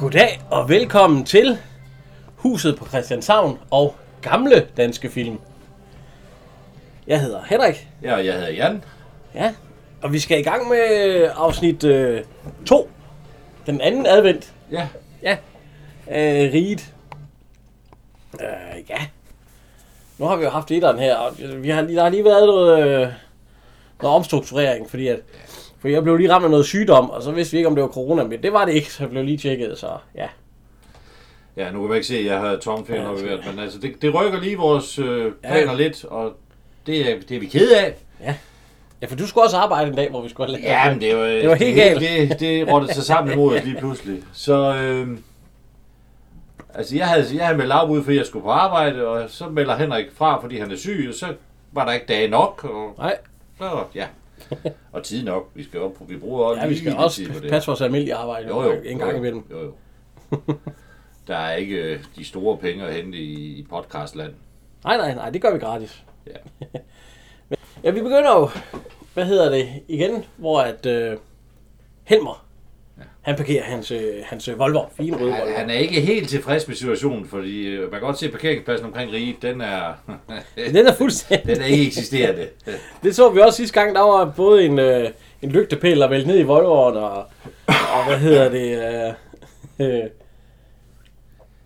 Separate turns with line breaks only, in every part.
Goddag og velkommen til Huset på Christianshavn og gamle danske film. Jeg hedder Henrik,
Ja, og jeg hedder Jan.
ja, og vi skal i gang med afsnit 2, øh, to. den anden advent
Ja.
af riget. Øh, ja, nu har vi jo haft etteren her, og vi har, lige- der har lige været noget, øh, noget omstrukturering, fordi at, for jeg blev lige ramt af noget sygdom, og så vidste vi ikke, om det var corona, men det var det ikke, så jeg blev lige tjekket, så ja.
Ja, nu kan man ikke se, at jeg har tomfingeren
Ja,
ja, oppe i
skal-
hvert, men altså, det, det rykker lige vores øh,
Ja.
planer lidt, og det er, det er vi kede af.
Ja, for du skulle også arbejde en dag, hvor vi skulle have lavet
Ja, men det var,
Det var helt galt.
Det, det rottede sig sammen imod os lige pludselig. Så, øh, altså, jeg havde, jeg havde meldt af ud, fordi jeg skulle på arbejde, og så melder Henrik fra, fordi han er syg, og så var der ikke dage nok, og
Nej,
så, ja. Og tid nok, vi skal op, vi bruger også
ja, vi skal
lidt
også
tid på det.
passe vores almindelige arbejde
Jo, jo.
en gang
jo, jo,
imellem.
Jo, jo. Der er ikke øh, de store penge at hente i, i podcastland.
Nej, nej, nej, det gør vi gratis.
Ja.
Men- ja, vi begynder jo, hvad hedder det, igen, hvor at øh, Helmer, han parkerer hans, øh, hans øh, Volvo, fine røde
Han,
Volvo.
han er ikke helt tilfreds med situationen, fordi øh, man kan godt se, at parkeringspladsen omkring Rige, den er,
Den er fuldstændig.
den er ikke eksisterende.
Det så vi også sidste gang, der var både en, øh, en lygtepæl, der vælte ned i Volvoen, og, og hvad hedder det, øh, øh,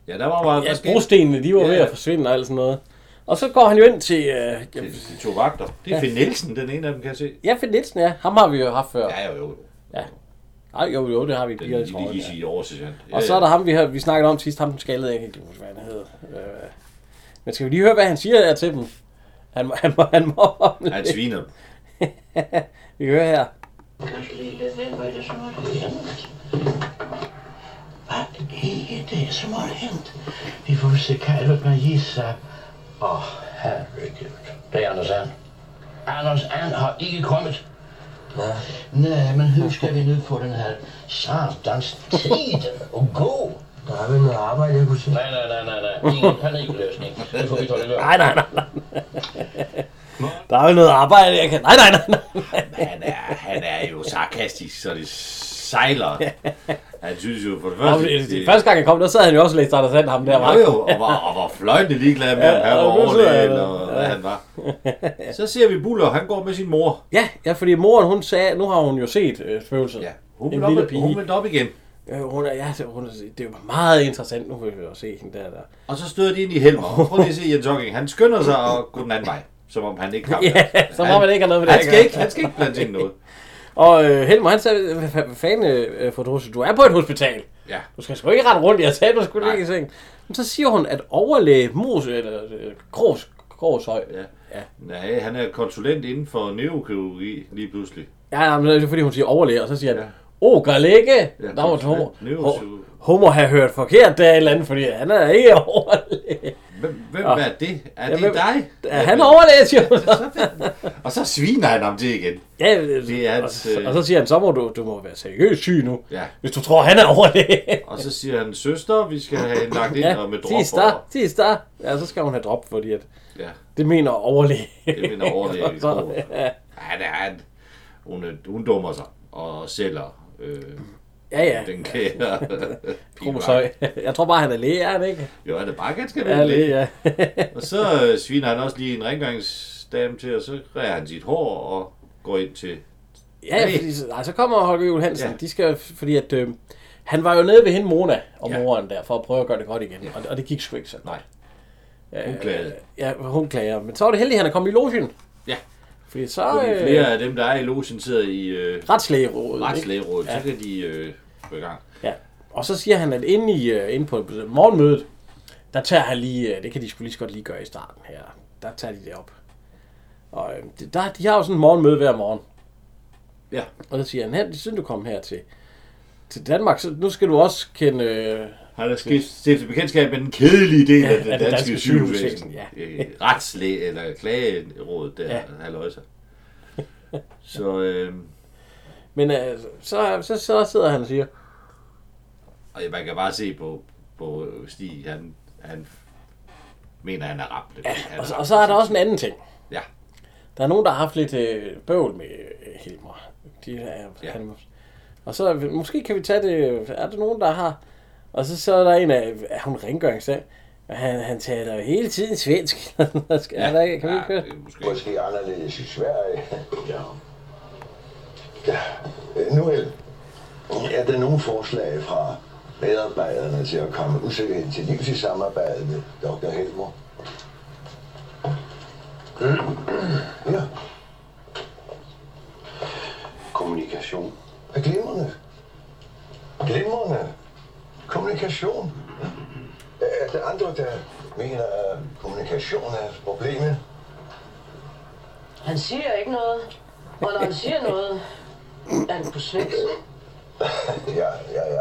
Ja, der var meget
ja,
forskelligt.
brostenene, de var ved
Ja.
at forsvinde og alt sådan noget. Og så går han jo ind til, øh, ja,
Det- De to vagter. Det er Finn Nielsen, den ene af dem, kan jeg se.
ja, Finn Nielsen, ja, ham har vi jo haft før.
Ja, jo, jo.
Nej, jo, jo, det har vi.
Den
lige, tror
lige
jeg,
easy oversæt.
ja. Og så er der ham, vi, har, vi snakkede om sidst, ham den skaldede, jeg kan ikke huske, hvad han hed. Øh, men skal vi lige høre, hvad han siger her til dem? Han må, han må, han må omlægge.
Han sviner dem.
Vi hører her.
Liebe, wenn wir das mal hängt. Vad är det som har hänt? Vi får försöka, låt mig gissa. Åh, herregud. Det är Anders N. Anders N har icke kommit. Nej. Nej, men hur ska vi nu få den här satans tiden att gå? Det har vi något arbete, jag kunde Nej, nej, nej, nej, nej. Ingen paniklösning. Det får vi ta det lugnt.
Nej, nej, nej, nej. Der er jo noget arbejde, jeg kan... Nej, nej, nej, nej.
Han er, han er jo sarkastisk, så det sejler. Han synes jo for det
Om,
første...
det, det, første gang han kom, der sad han jo også og læste Anders And, ham der.
var
Var.
jo, og var, og var fløjtende ligeglad med, om han var
og nu sidder
overlægen,
han
og
der.
hvad han var. Så ser vi Buller, han går med sin mor.
Ja, ja, fordi moren, hun sagde, nu har hun jo set øh, spøgelset.
Ja, hun
en
vil,
lille
op,
pige.
hun vil op igen.
Øh, hun er, ja, så hun er, det er jo meget interessant, nu vil vi jo se hende der. der.
Og så støder de ind i Helmer. Prøv lige at se Jens Hocking. Han skynder sig og går den anden vej. Som om han ikke kan.
Ja, som om han ikke har noget med det
han
at
skal
gøre.
ikke, han skal ikke blande ting noget.
Og øh, Helmer, han sagde, "Hvad- hvad hvad fanden, øh, fru Druse, du er på et hospital.
Ja.
Du skal sgu ikke rette rundt, jeg sagde, du skulle
Nej.
ligge i seng. Men så siger hun, at overlæge Mos, eller øh, Grås, Gråshøj, ja.
Ja. Nej, han er konsulent inden for neurokirurgi lige pludselig.
ja, men det er fordi, hun siger overlæge, og så siger han,
Ja.
åh, gør lægge.
Ja,
Der var et
konsulent.
homo.
Neuropsykolog.
Ho- Homo har hørt forkert, der er et eller andet, fordi han er ikke overlæge.
Hvem, hvem
Ja.
er det? Er
Ja,
det
hvem-
dig?
Er han overlæge, siger hun så.
Og så sviner han om det igen.
Ja, det
Det er
er og,
hans, øh,
og, så siger han, så må du, du må være seriøst syg nu,
Ja.
hvis du tror, han er overlæge.
Og så siger han, søster, vi skal have hende lagt ind og med dropper.
tirsdag, tirsdag. Ja, så skal hun have drop, fordi at,
Ja.
Det mener overlæge.
Det mener overlæge.
Så-
tror jeg.
ja.
Ja, det er han. Hun, er- hun dummer sig og sælger øh,
Ja, ja.
den kære.
Kromosøj. Jeg tror bare, han er læge, er han ikke?
Jo, han er bare ganske
Ja, læge,
almindelig.
ja.
Og så øh, sviner han også lige en rengøringsdame til, og så rærer han sit hår og går ind til...
ja, fordi, så- nej, så kommer Holger Juhl Hansen. Ja.
Ja.
De skal, fordi at, øh, han var jo nede ved hende Mona og
Ja.
moren der, for at prøve at gøre det godt igen.
Ja.
Og, og det gik sgu ikke så godt.
Nej. Hun klagede.
Ja, hun klager. Men så var det heldigt, at han er kommet i logen.
Ja.
Fordi så...
Fordi
øh,
flere af dem, der er i logen, sidder i øh,
Retslægerådet. ikke?
retslægerådet,
Ja.
så kan de øh, gå i gang.
Ja. Og så siger han, at inde, i, øh, inde på morgenmødet, der tager han lige, øh, det kan de skulle lige så godt lige gøre i starten her, der tager de det op. Og øh, det- der, de har jo sådan en morgenmøde hver morgen.
Ja.
Og så siger han, her, siden du kom hertil, til Danmark, så nu skal du også kende... Øh,
Har der skift- stiftet bekendtskab med den kedelige del
Ja,
af det,
af det
danske,
danske
sygehusvæsen?
sygehusvæsen, ja.
Øh, Retslæge eller klagerådet der,
Ja.
ja. halløjsa. Så, øh,
men øh, så, så, så sidder han og siger,
og man kan bare se på, på Stig, han, han mener, han er ramt. Ja,
og, så- og så er der også en anden ting.
Ja.
Der er nogen, der har haft lidt øh, bøvl med øh, Helmer. De, er, ja.
Ja.
han, og så er vi- måske kan vi tage det... øh, Er der nogen, der har... Og så, så er der en af... Er hun rengøringssag? Han, han taler jo hele tiden svensk. ja, er der, ikke- kan vi ikke høre?
det er måske.
Måske anderledes i Sverige. Ja. ja. øh, Nu Held. er der nogle forslag fra medarbejderne til at komme usikkerheden til livs i samarbejde med Dr. Helmer? Ja. Kommunikation. Er glimrende. Glimrende. Kommunikation. Er der andre, der mener, at kommunikation er problemet?
Han siger ikke noget. Og når han siger noget, er han på svensk.
Ja, ja, ja.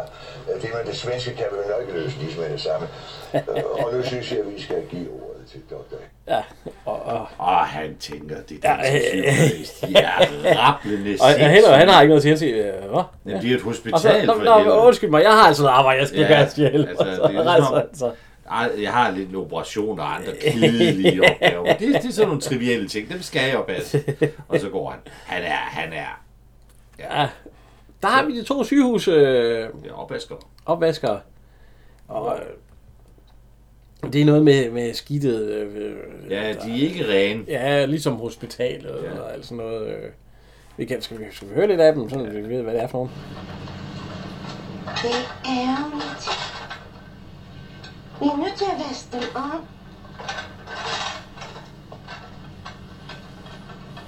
Det med det svenske kan vi jo nok løse lige med det samme.
Øh,
Og nu synes jeg, at vi skal give ordet til doktor.
Ja. Og, og,
Og han tænker, det
Ja,
er danske
øh, øh.
sygehusvæsen, de er rappelende
og, og Helmer, han har ikke noget til at sige. Øh, hvad?
Jamen, det er et hospital
Og så, Altså, nå,
for
nå,
helvede.
undskyld mig, jeg har altså noget arbejde, jeg skal
Ja,
gøre til Helmer.
altså,
Altså,
det
så
er ligesom-
rejser han sig.
Ej, Jeg har lidt en operation og andre kedelige opgaver. Det, det er sådan nogle trivielle ting. Dem skal jeg jo passe. Og så går han. Han er, han er
Der har vi de to sygehus... Øh,
ja, opvasker.
opvaskere. Og øh, det er noget med, med skidtet. Øh, øh,
Ja, de er ikke rene.
ja, ligesom hospitalet ja.
Ja.
og alt sådan noget. Øh. Vi kan, skal, vi, skal vi høre lidt af dem, så vi ved, hvad det er for nogen?
Det er ærgerligt. Vi er nødt til at vaske dem op.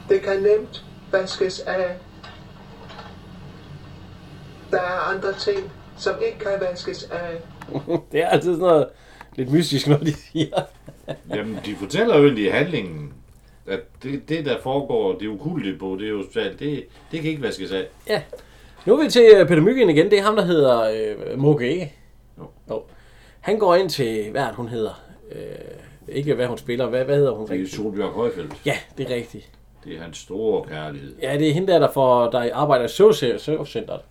Det kan nemt vaskes af. Der er andre ting, som ikke kan vaskes af.
Det er altid sådan noget lidt mystisk, når de siger.
Jamen, de fortæller jo egentlig i handlingen, at det, det der foregår, det ukulte på det hospital, det, det kan ikke vaskes af.
Nu er vi til øh, Peter Myggen igen. Det er ham, der hedder øh, Mugge, ikke?
Jo.
Jo. Han går ind til, hvad er det, hun hedder? Øh, ikke hvad hun spiller, hvad, hvad hedder hun?
Det er Solbjørg Højfeldt.
Ja, det er rigtigt.
Det er hans store kærlighed.
Ja, det er hende der, der, får, der arbejder i surf- surfcenteret.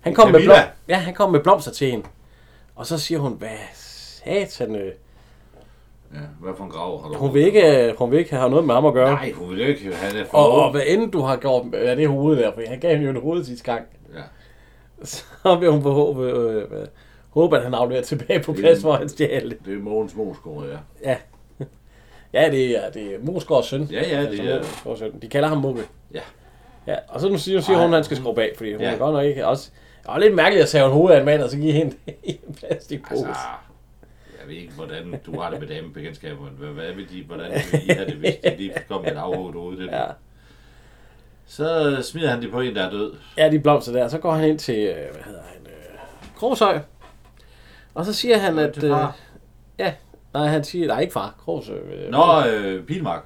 Han kom, med
Camilla.
blom- ja, han kom med blomster til hende. Og så siger hun, hvad satan, øh,
Ja, hvad for en grav har du?
hun vil ikke, øh, hun vil ikke have noget med ham at gøre.
Nej, hun vil ikke. Han er for...
Og, og, hvad end du har gjort, ja, det er hovedet der, for han gav hende jo en hoved sidste gang.
Ja.
Så vil hun forhåbe, øh, øh, håbe, at han afleverer tilbage på plads, hvor han stjal det.
Det er Mogens Mosgaard, ja.
Ja, det er, det er Mosgaards søn.
Ja, ja, det er...
Mosgaards søn. De kalder ham Mugge.
Ja.
Ja, og så nu siger, siger hun, at han skal skrubbe af, fordi hun ja.
Ja.
er godt nok ikke også... Det var lidt mærkeligt at tage en hoved af en mand, og så give hende i en plastikpose.
Altså, jeg ved ikke, hvordan du har det med damebekendtskaberne. Hvad, hvad vil de, hvordan vil I have det, hvis de lige kom med et afhovedet ud? Det.
Ja.
Så smider han det på en, der er død.
Ja, de blomster der. Så går han ind til, øh, hvad hedder han, øh, Krogsøj. Og så siger han, at...
til
Øh,
far.
ja, nej, han siger, nej, ikke far, Krogsøj. Øh,
Nå, øh, Pilmark.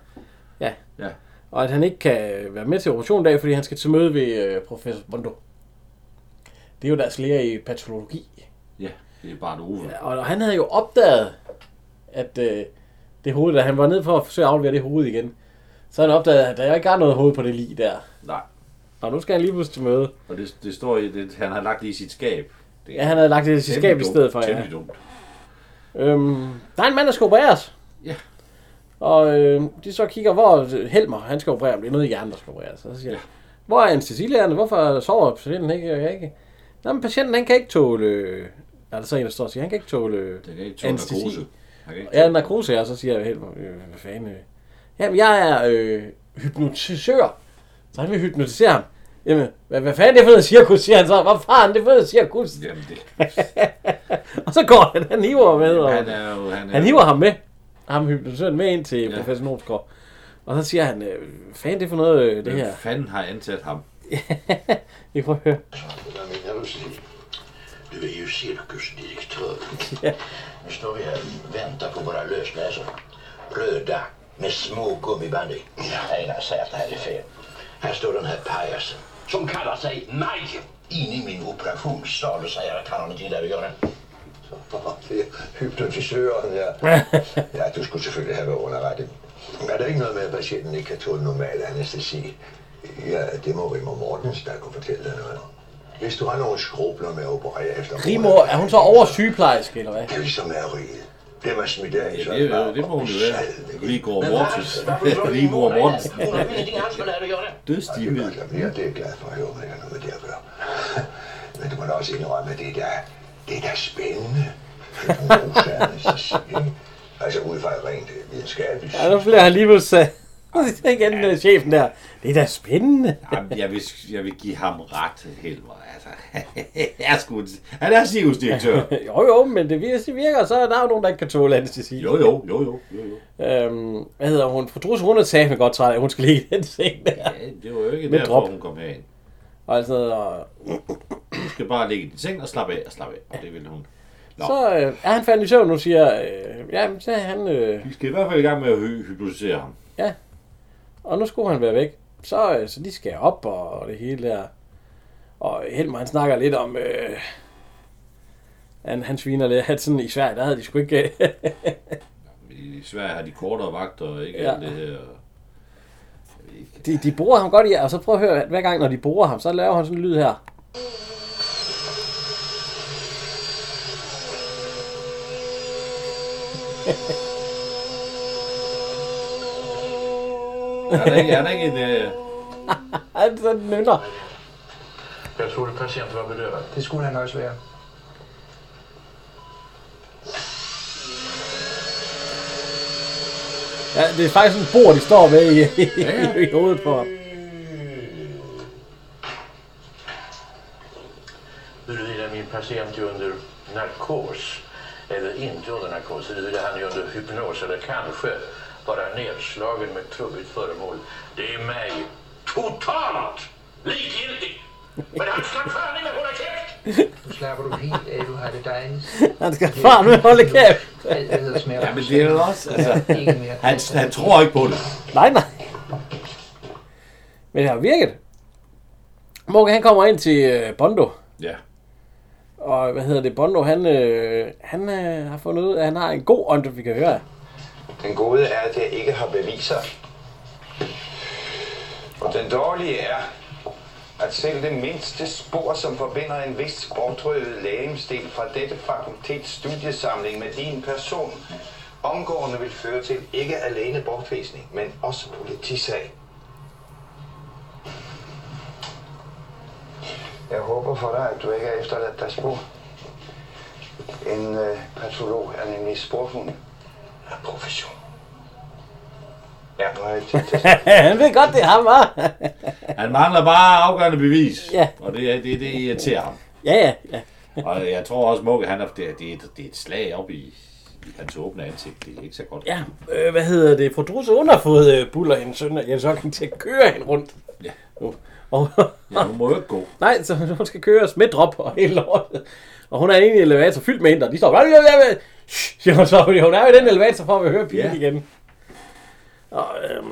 Og at han ikke kan være med til operationen i dag, fordi han skal til møde ved øh, professor Bondo. Det er jo deres læger i patologi.
Ja, det er bare en uge.
Og, og han havde jo opdaget, at øh, det hoved, da han var nede for at forsøge at aflevere det hoved igen, så havde han opdaget, at der ikke er noget hoved på det lige der.
Nej,
Og nu skal han lige pludselig til møde.
og det, det står i, det, han har lagt det i sit skab. Det
Ja, han havde lagt det i sit
temmelig
skab i
dumt,
stedet for, ja.
Temmelig dumt.
Øhm, der er en mand, der skal opereres.
Ja.
Og øh, de så kigger, hvor Helmer, han skal operere, men det er noget i hjernen, der skal opereres. Og Så siger ja.
Ja.
hvor er anestesilægerne? Hvorfor sover patienten ikke? Jeg kan ikke. Nå, men patienten, han kan ikke tåle... øh," Er der så en, der står og siger, han kan ikke tåle... øh,
Det kan ikke tåle
Anæstesi.
narkose. Han kan ikke
Ja,
tåle-
narkose, og så siger jeg Helmer, øh, hvad fanden... Øh. Jamen, jeg er øh, hypnotisør. Så han vil hypnotisere ham. Jamen, hvad, hvad fanden er det for noget cirkus, siger han så. Hvad fanden er det for noget cirkus? Ja.
Jamen, det,
Og så går han, han hiver med. Og...
han er jo... Han, er,
Han hiver ham med. Ham hypnotisøren med ind til ja.
Ja.
professor Norsgaard. Og så siger han, øh, fan det er for noget, øh, det
Hvem
her.
fanden har ansat ham?
Vi prøver at høre.
Hvad mener du, Stig? Du er jo cirkusdirektør. Nu står vi her og väntar på våra lösnäsor. Röda med små gummiband i. Einar säger att det här är fel. Här står den här pajasen som kallar sig Maj. Inde i min operationssal, så jeg kan med det der, vi gør det.
Det er hypnotisøren, ja. Ja, du skulle selvfølgelig have været underrettet. Er der ikke noget med, at patienten ikke kan tåle normal anestesi? Ja, det må Rimmer Mortensen, der kunne fortælle dig noget. Hvis du har nogle skrubler med at operere efter...
Rimor, er hun så over sygeplejerske, eller hvad?
Det er ligesom er riget. Det var smidt af i
Ja, det, er- det må hun jo være. Lige går Mortensen. Lige mor Mortensen.
Hun har vildt ikke hans, men er det gjort det?
Det er
Dødstivhed.
godt, jeg bliver. Det er jeg glad for, at jeg ikke har noget med det at gøre. Men du må da også indrømme, at det er da, det er da spændende. Hypnose, anestesi, ikke? Altså ud fra et rent videnskabeligt
Ja, nu bliver han lige pludselig... Det er igen øh, chefen der. Det er da spændende.
Jamen, jeg, vil, jeg vil give ham ret, Helmer. Altså, jeg skulle, han er sygehusdirektør.
Jo jo, men det vir- det virker, så er der jo nogen, der ikke kan tåle anestesi.
Jo, jo, jo, jo, jo, jo.
Øhm, hvad hedder hun? For Trus, hun er satme godt træt af, at hun skal ligge i den seng der.
Ja, det var jo ikke
Med
derfor,
drop.
hun kom herind.
Og altså, og
Du skal bare ligge i din seng og slappe af og slappe af. Det ville hun. Nå,
så øh, er han faldet i søvn nu, siger... Øh, ja, så er han... Øh,
vi skal i hvert fald i gang med at hy- hypnotisere ham.
og nu skulle han være væk. Så, øh, så de skal op og det hele der. Og Helmer, han snakker lidt om... Øh, han, han sviner lidt, at sådan i Sverige, der havde de sgu ikke... øh,
I Sverige har de kortere vagter og ikke
Ja.
ja. alt det her. Jeg ved ikke.
de, de bruger ham godt i, og så prøv at høre, at hver gang, når de bruger ham, så laver han sådan en lyd her.
Er der ikke, er der ikke en... Øh,
Han sådan nynner.
Jeg troede, patienten var bedøvet.
Det skulle han også være.
Ja, det er faktisk sådan et bord, de står med i, i, i hovedet på ham.
Huruvida min patient är under narkos eller inte under narkos, huruvida han är under hypnos eller kanske bara nedslagen med trubbigt föremål, det är mig totalt likgiltigt. Men han slapp fan i mig, hålla käft!
Nu slapper du helt af, du har det dejligt.
Han skal far med holde kæft.
Alt hvad hedder smerter.
ja, men det er jo også... Altså,
Ikke mere.
han, han tror ikke på det.
Nej, nej. Men det har virket. Morgan, han kommer ind til øh, Bondo.
Ja.
Og hvad hedder det? Bondo, han, øh, han øh, har fundet ud af, at han har en god ånd, vi kan høre.
Den gode er, at jeg ikke har beviser. Og den dårlige er, at selv det mindste spor, som forbinder en vis bortrøvet lægemstil fra dette fakultets studiesamling med din person, omgående vil føre til ikke alene bortvisning, men også politisag. Jeg håber for dig, at du ikke er efterladt dig spor. En øh, patolog er nemlig sporhund af profession. Ja, på et
han ved godt, det er ham, var.
Han mangler bare afgørende bevis.
Ja.
Og det, er- det, er det irriterer ham.
ja, ja, ja.
Og jeg tror også, Mugge, han er, det, er- det, er et, det er et slag op i, i hans åbne ansigt. Det er ikke så godt.
ja. Øh, hvad hedder det? Fru Drusse, hun har fået øh, Buller, hendes søn, og Jens Hocking til at køre hende rundt.
Ja.
Nu. Og,
ja hun må jo ikke gå.
nej, så hun skal køres med drop og hele lortet. Og hun er inde i en elevator fyldt med indre. De står... Shh, siger hun så, fordi hun er jo i den elevator for at høre pigen
Ja.
igen. Og, øhm,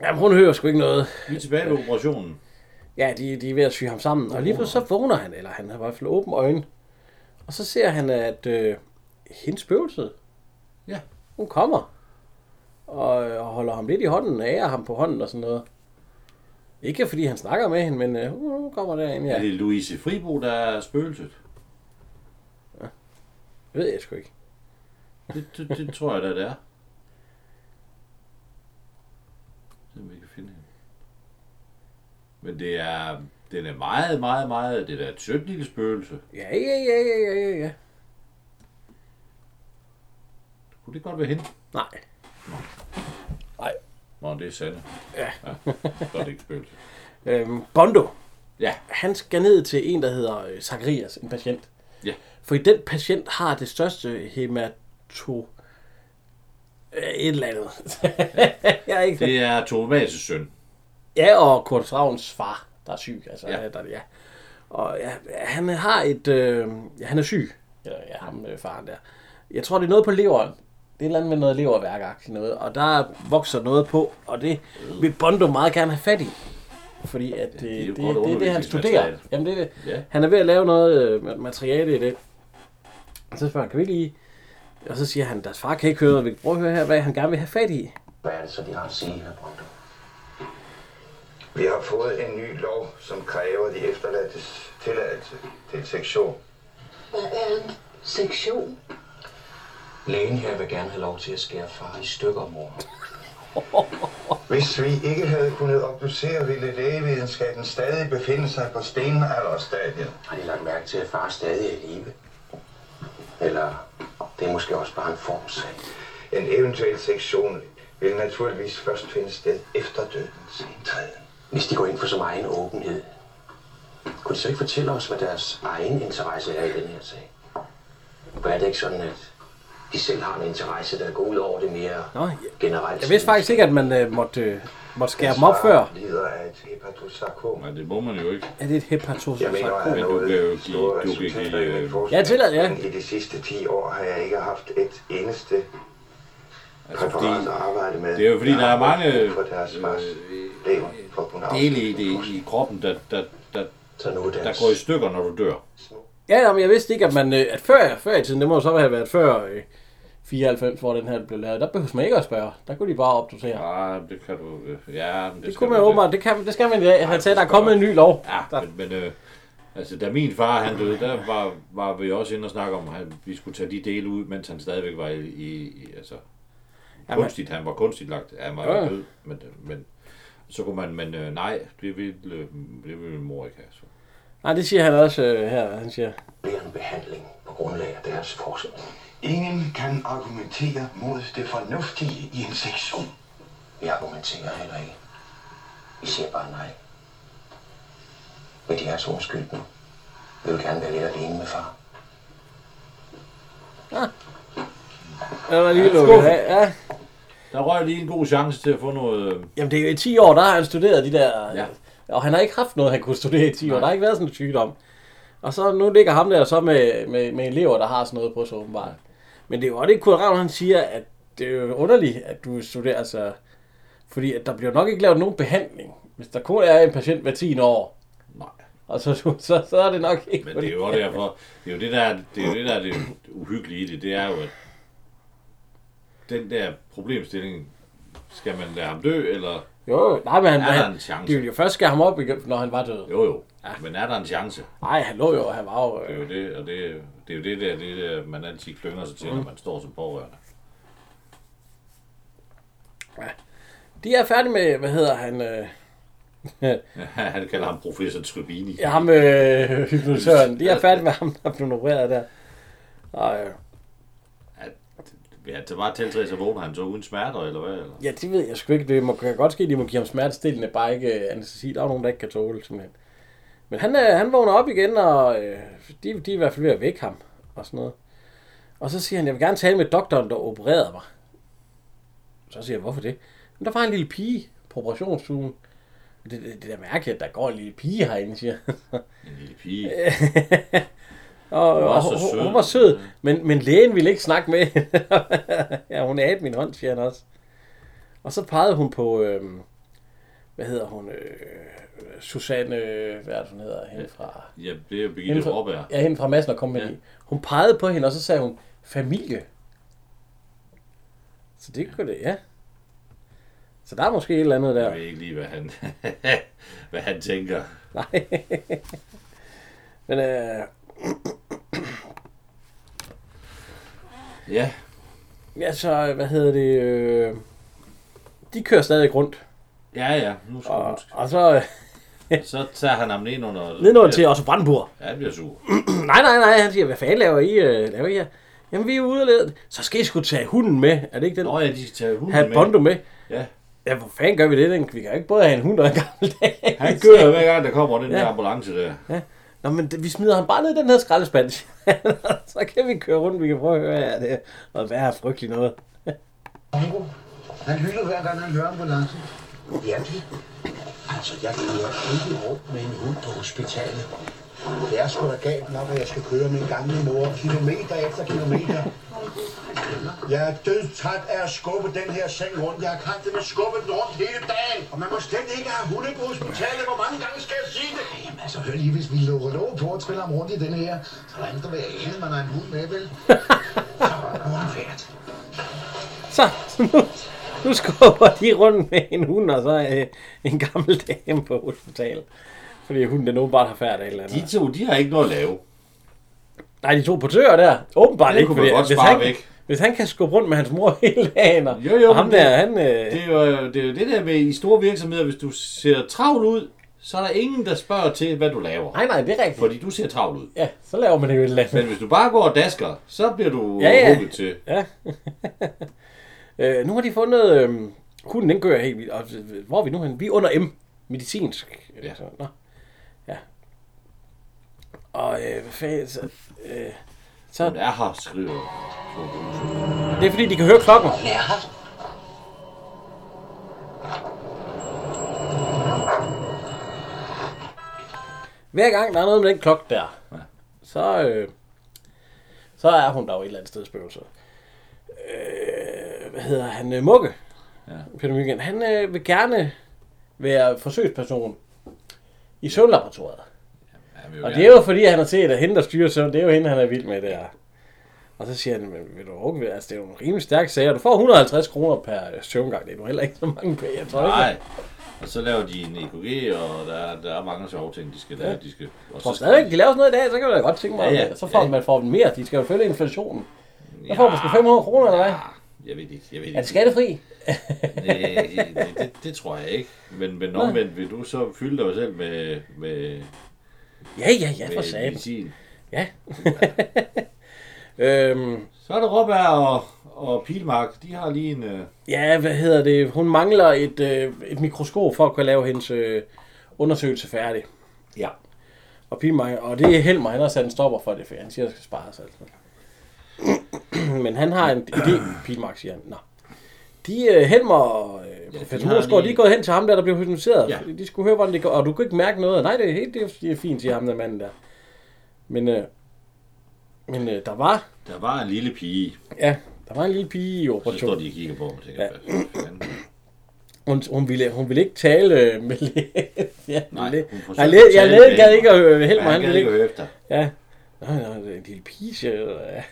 jamen, hun hører sgu ikke noget.
Vi er tilbage ved operationen.
Ja, de, de er ved at sy ham sammen. Og lige pludselig så vågner han, eller han har i hvert fald åben øjne. Og så ser han, at øh, hendes spøgelse,
Ja.
hun kommer. Og, øh, og holder ham lidt i hånden, ærer ham på hånden og sådan noget. Ikke fordi han snakker med hende, men øh, hun hun kommer derind, ja.
Er det Louise Fribo, der er spøgelset?
Det ved jeg sgu ikke.
Det, det, det tror jeg da, det er. Så vi kan finde hende. Men det er, den er meget, meget, meget, det der et sødt lille spøgelse.
Ja, ja, ja, ja, ja, ja, ja.
Kunne det godt være hende?
Nej.
Nå, det er Sanne.
Ja.
ja. Så er det ikke spøgelse.
Øhm, Bondo,
Ja,
han skal ned til en, der hedder øh, Zacharias, en patient.
Ja.
For i den patient har det største hemato... Øh, Et eller andet. jeg er ikke...
det er Tove Mads' søn.
Ja, og Kurt Ravns far, der er syg. Altså,
Ja.
ja. Der, ja. Og ja, han har et... Øh, ja, han er syg. Eller, ja, ham øh, faren der. Jeg tror, det er noget på leveren. Det er et eller andet med noget leverværkagtigt noget. Og der vokser noget på, og det vil Bondo meget gerne have fat i. Fordi at, øh,
det er jo
det, det,
godt
det, er det, han studerer.
undervisningsmateriale.
Jamen, det er det.
Ja.
Han er ved at lave noget øh, ma- materiale i det. Og så spørger han, kan vi ikke lige... Og så siger han, deres far kan ikke høre noget. Vi kan prøve at høre her, hvad han gerne vil have fat i.
Hvad er det så, de har at sige her, Brøndum?
Vi har fået en ny lov, som kræver de efterladtes tilladelse til sektion.
Hvad er en sektion?
Lægen her vil gerne have lov til at skære far i stykker, mor.
Hvis vi ikke havde kunnet obducere, ville lægevidenskaben stadig befinde sig på stenalderstadiet.
Har de lagt mærke til, at far stadig er i live? Eller det er måske også bare en formsag.
En eventuel sektion vil naturligvis først finde sted efter dødens indtræden.
Hvis de går ind for så meget en åbenhed, kunne de så ikke fortælle os, hvad deres egen interesse er i den her sag? Og er det ikke sådan, at de selv har en interesse, der går ud over det mere
Nå, jeg-
generelt?
Jeg vidste faktisk ikke, at man øh, måtte, øh, måtte skære dem op før.
Sara lider af et hepatosarkom.
Nej, det må man jo ikke.
Er det et
Jeg mener, at
hepatosarkom?
Men du
noget
kan jo give-
store
du kan give,
resultater i
øh,
min forskning.
Ja, tillad, ja.
Men I de sidste 10 år har jeg ikke haft et eneste
Altså,
præparat
fordi
at arbejde med.
det er jo fordi, der er
har
mange,
brug For deres
øh,
mars.
øh,
Lever for at kunne
dele i
afslutte
det
kursen.
i kroppen, der, der, der,
Så nu er
der
deres...
går i stykker, når du dør.
Ja, ja, men jeg vidste ikke, at man... Øh, at før, før i tiden, det må jo så have været før øh, 94, hvor den her blev lavet. Der behøver man ikke at spørge. Der kunne de bare opdatere.
Ja, det kan du... øh, Ja, men det,
Det
skal
kunne man
du-
jo åbenbart. Det, kan, det skal man i dag. Han
det
sagde, der er
skal
kommet en
man.
ny lov.
Ja, men, men øh, altså, da min far han døde, der var, var vi også inde og snakke om, at vi skulle tage de dele ud, mens han stadigvæk var i... i, i altså,
Jamen.
kunstigt, han var kunstigt lagt. Ja, han var
Ja,
jo
ja.
død, men, øh, men så kunne man, men øh, nej, det ville, øh, det ville mor ikke have. Så.
Nej, det siger han også øh, her. Han siger,
bliver en behandling på grundlag af deres forskning.
Ingen kan argumentere mod det fornuftige i en sektion.
Vi argumenterer heller ikke. Vi siger bare nej. Men de er så undskyld nu. Vi vil gerne være lidt alene med far.
Ja, der er lige lukket
skuffet.
af. Ja.
Der røg lige en god chance til at få noget... Øh,
Jamen, det er jo i 10 år, der har han studeret de der... Ja.
Ja.
Og han har ikke haft noget, han kunne studere i 10 år. Der har ikke været sådan en sygdom. Og så nu ligger ham der så med, med, med elever, der har sådan noget på sig åbenbart. Men det er jo også det, Kurt Ravn, han siger, at det er jo underligt, at du studerer, altså... Fordi at der bliver nok ikke lavet nogen behandling. Hvis der kun er en patient hver 10 år,
nej.
og så, så, så er det nok ikke...
Men det er jo også derfor, det er jo det, der er det, er jo det, der er det uhyggelige i det, det er jo, at den der problemstilling, skal man lade ham dø, eller...
Jo, nej, men han,
Er der
han,
en chance?
de ville jo først skære ham op, igen, når han var død.
Jo jo, men er der en chance?
Nej, han lå jo, og han var jo... øh,
Det er jo det, og det, det er jo det der, det der, man altid klynger sig
Mm.
til, når man står som pårørende.
De er færdige med, hvad hedder han... Øh,
Han kalder ham professor Trubini.
Ja, ham øh, hypnotisøren. De er færdige med ham, der blev opereret der. Og, øh,
At, ja, det var tiltræde, så vågner han så uden smerter, eller hvad? Eller?
ja, det ved jeg sgu ikke. Det må, kan godt ske, de må give ham smertestillende, bare ikke øh, anestesi. Der er jo nogen, der ikke kan tåle, simpelthen. Men han, øh, han vågner op igen, og øh, de, de er i hvert fald ved at vække ham. Og sådan noget. Og så siger han, jeg vil gerne tale med doktoren, der opererede mig. Så siger jeg, hvorfor det? Men der var en lille pige på operationsstuen. Det, det, det er da mærkeligt, at der går en lille pige herinde, siger han.
En lille pige.
Og, hun,
var
var
så
og, sød.
sød.
hun var sød, men, men lægen ville ikke snakke med hende. ja, hun ædte min hånd, siger han også. Og så pegede hun på, øh, hvad hedder hun, øh, Susanne, øh, hvad er det, hun hedder, hende fra...
Ja, det er Birgitte
Hende
Råberg.
fra, ja, hende fra Madsen og Company. Ja.
Ja.
Hun pegede på hende, og så sagde hun, familie. Så det kunne det, ja. Så der er måske et eller andet der.
Jeg ved ikke lige, hvad han, hvad han tænker.
Nej. men øh,
Ja,
ja, så, hvad hedder det, øh, de kører stadig rundt.
ja, ja. Nu skal
Og,
hun
og så øh,
Så tager han ham ned under...
nedenunder til også Brandenburg.
Ja, han bliver sur.
nej, nej, nej, han siger, hvad fanden laver I, øh, laver I her? Jamen, vi er ude og lede. Så skal I sgu tage hunden med. Er det ikke den?
Nå ja, de skal tage hunden
have
med.
Bondo med.
Ja.
Ja, hvor fanden gør vi det? Den? Vi kan jo ikke både have en hund og en gammel dag.
Han kører hver gang, der kommer den
Ja.
der ambulance der.
Nå, men det- vi smider ham bare ned i den her skraldespand. så kan vi køre rundt, vi kan prøve at høre, ja, det er- og hvad er frygteligt noget.
Bongo,
Han hylder hver gang, han hører ambulancen.
virkelig? Altså, jeg kører ikke rundt med en hund på hospitalet.
Det er sgu da galt nok, at jeg skal køre min gamle mor kilometer efter kilometer.
Jeg er dødtræt af at skubbe den her seng rundt. Jeg har kraftet med skubbet den rundt hele dagen. Og man må slet ikke have hunde på hospitalet. Hvor mange gange skal jeg sige det?
Jamen altså, hør lige, hvis vi lukker lov på og triller ham rundt i den her, så er der ingen, der vil ane, man har en hund med, vel? Så er der uanfærd.
Så, så nu, nu skubber de rundt med en hund, og så øh, en gammel dame på hospitalet. Fordi hunden den åbenbart har færd eller andet.
De to, de har ikke noget at lave.
Nej, de to portører der. Åbenbart
Det
ikke,
kunne man
fordi
godt
hvis
spare
han,
væk.
hvis han kan skubbe rundt med hans mor hele dagen, og,
Jo, jo,
og ham
men det-
der, han... Øh,
Det er, jo, det er jo det der med, i store virksomheder, hvis du ser travl ud, så er der ingen, der spørger til, hvad du laver.
nej, nej, det er rigtigt.
Fordi du ser travl ud.
Ja, så laver man det jo et eller andet.
Men hvis du bare går og dasker, så bliver du
Ja, ja.
hugget til.
Ja. øh, nu har de fundet... Øh, hunden, den gør helt vildt. Og, øh, hvor er vi nu hen? Vi er under M. Medicinsk. Ja.
Ja.
Så, nå. ja. Og øh, hvad fanden... Så, øh, så,
Hun er her, skriver
det er fordi, de kan høre klokken.
Ja,
Hver gang der er noget med den klokke der,
Ja.
så, øh, så er hun der jo et eller andet sted spøgelser. Øh, hvad hedder han? Øh, Mugge. Ja.
Ja.
Peter Mygind. Han øh, vil gerne være forsøgsperson i søvnlaboratoriet.
ja,
Og det er jo fordi, han har set, at hende, der styrer søvn, det er jo hende, han er vild med der. Og så siger han, "Men vil du okay, altså det er jo en rimelig stærk sager. Du får 150 kroner per øh, søvngang. Det er jo heller ikke så mange penge. Jeg tror ikke,
Nej. Og så laver de en EKG, og der, er- der er mange sjove ting, de skal lave. De skal, og
Tror stadigvæk, de laver sådan noget i dag, så kan man da godt tænke mig,
Ja,
ja,
ja.
ja. så får
Ja.
man får dem mere. De skal jo følge inflationen. Jeg får måske 500 kroner, eller hvad?
Jeg ved ikke. Jeg ved ikke.
Er det skattefri?
Nej, Øh, det, det, det, tror jeg ikke. Men, men omvendt vil du så fylde dig selv med, med,
Ja, ja, ja, for
med
satan.
medicin.
Ja. øhm,
Så er der Robert og, og Pilmark. De har lige en... øh,
ja, hvad hedder det? Hun mangler et, øh, et mikroskop for at kunne lave hendes øh, undersøgelse færdig.
Ja.
Og, Pilmark, og det er Helmer, han har sat en stopper for det, for han siger, at der skal spares. Altså. Men han har en idé, Pilmark siger han. Nå. De øh, Helmer og øh, professor
har
Morsgaard, de
lige-
er gået hen til ham der, der blev hypnotiseret.
Ja.
Ja. De skulle høre, hvordan det går, og du kunne ikke mærke noget. Nej, det er helt det er fint, siger ham der manden der. Men, øh, men øh, der var
Der var en lille pige,
Ja, der var en lille pige i
så står
operationen.
de og kigger på mig og tænker,
Ja.
ja. hvad fanden?
Hun, hun, ville, hun ville ikke tale øh, med lægen. ja,
Nej,
læ-
hun forsøgte
Nej,
at
læ- jeg
tale
lægen
med
gad
hende.
ikke at høre helt mig.
Han
Han
kan
ville
ikke
ikke.
høre efter.
Ja. Nå, nå, det er en lille pige, siger jeg. ja.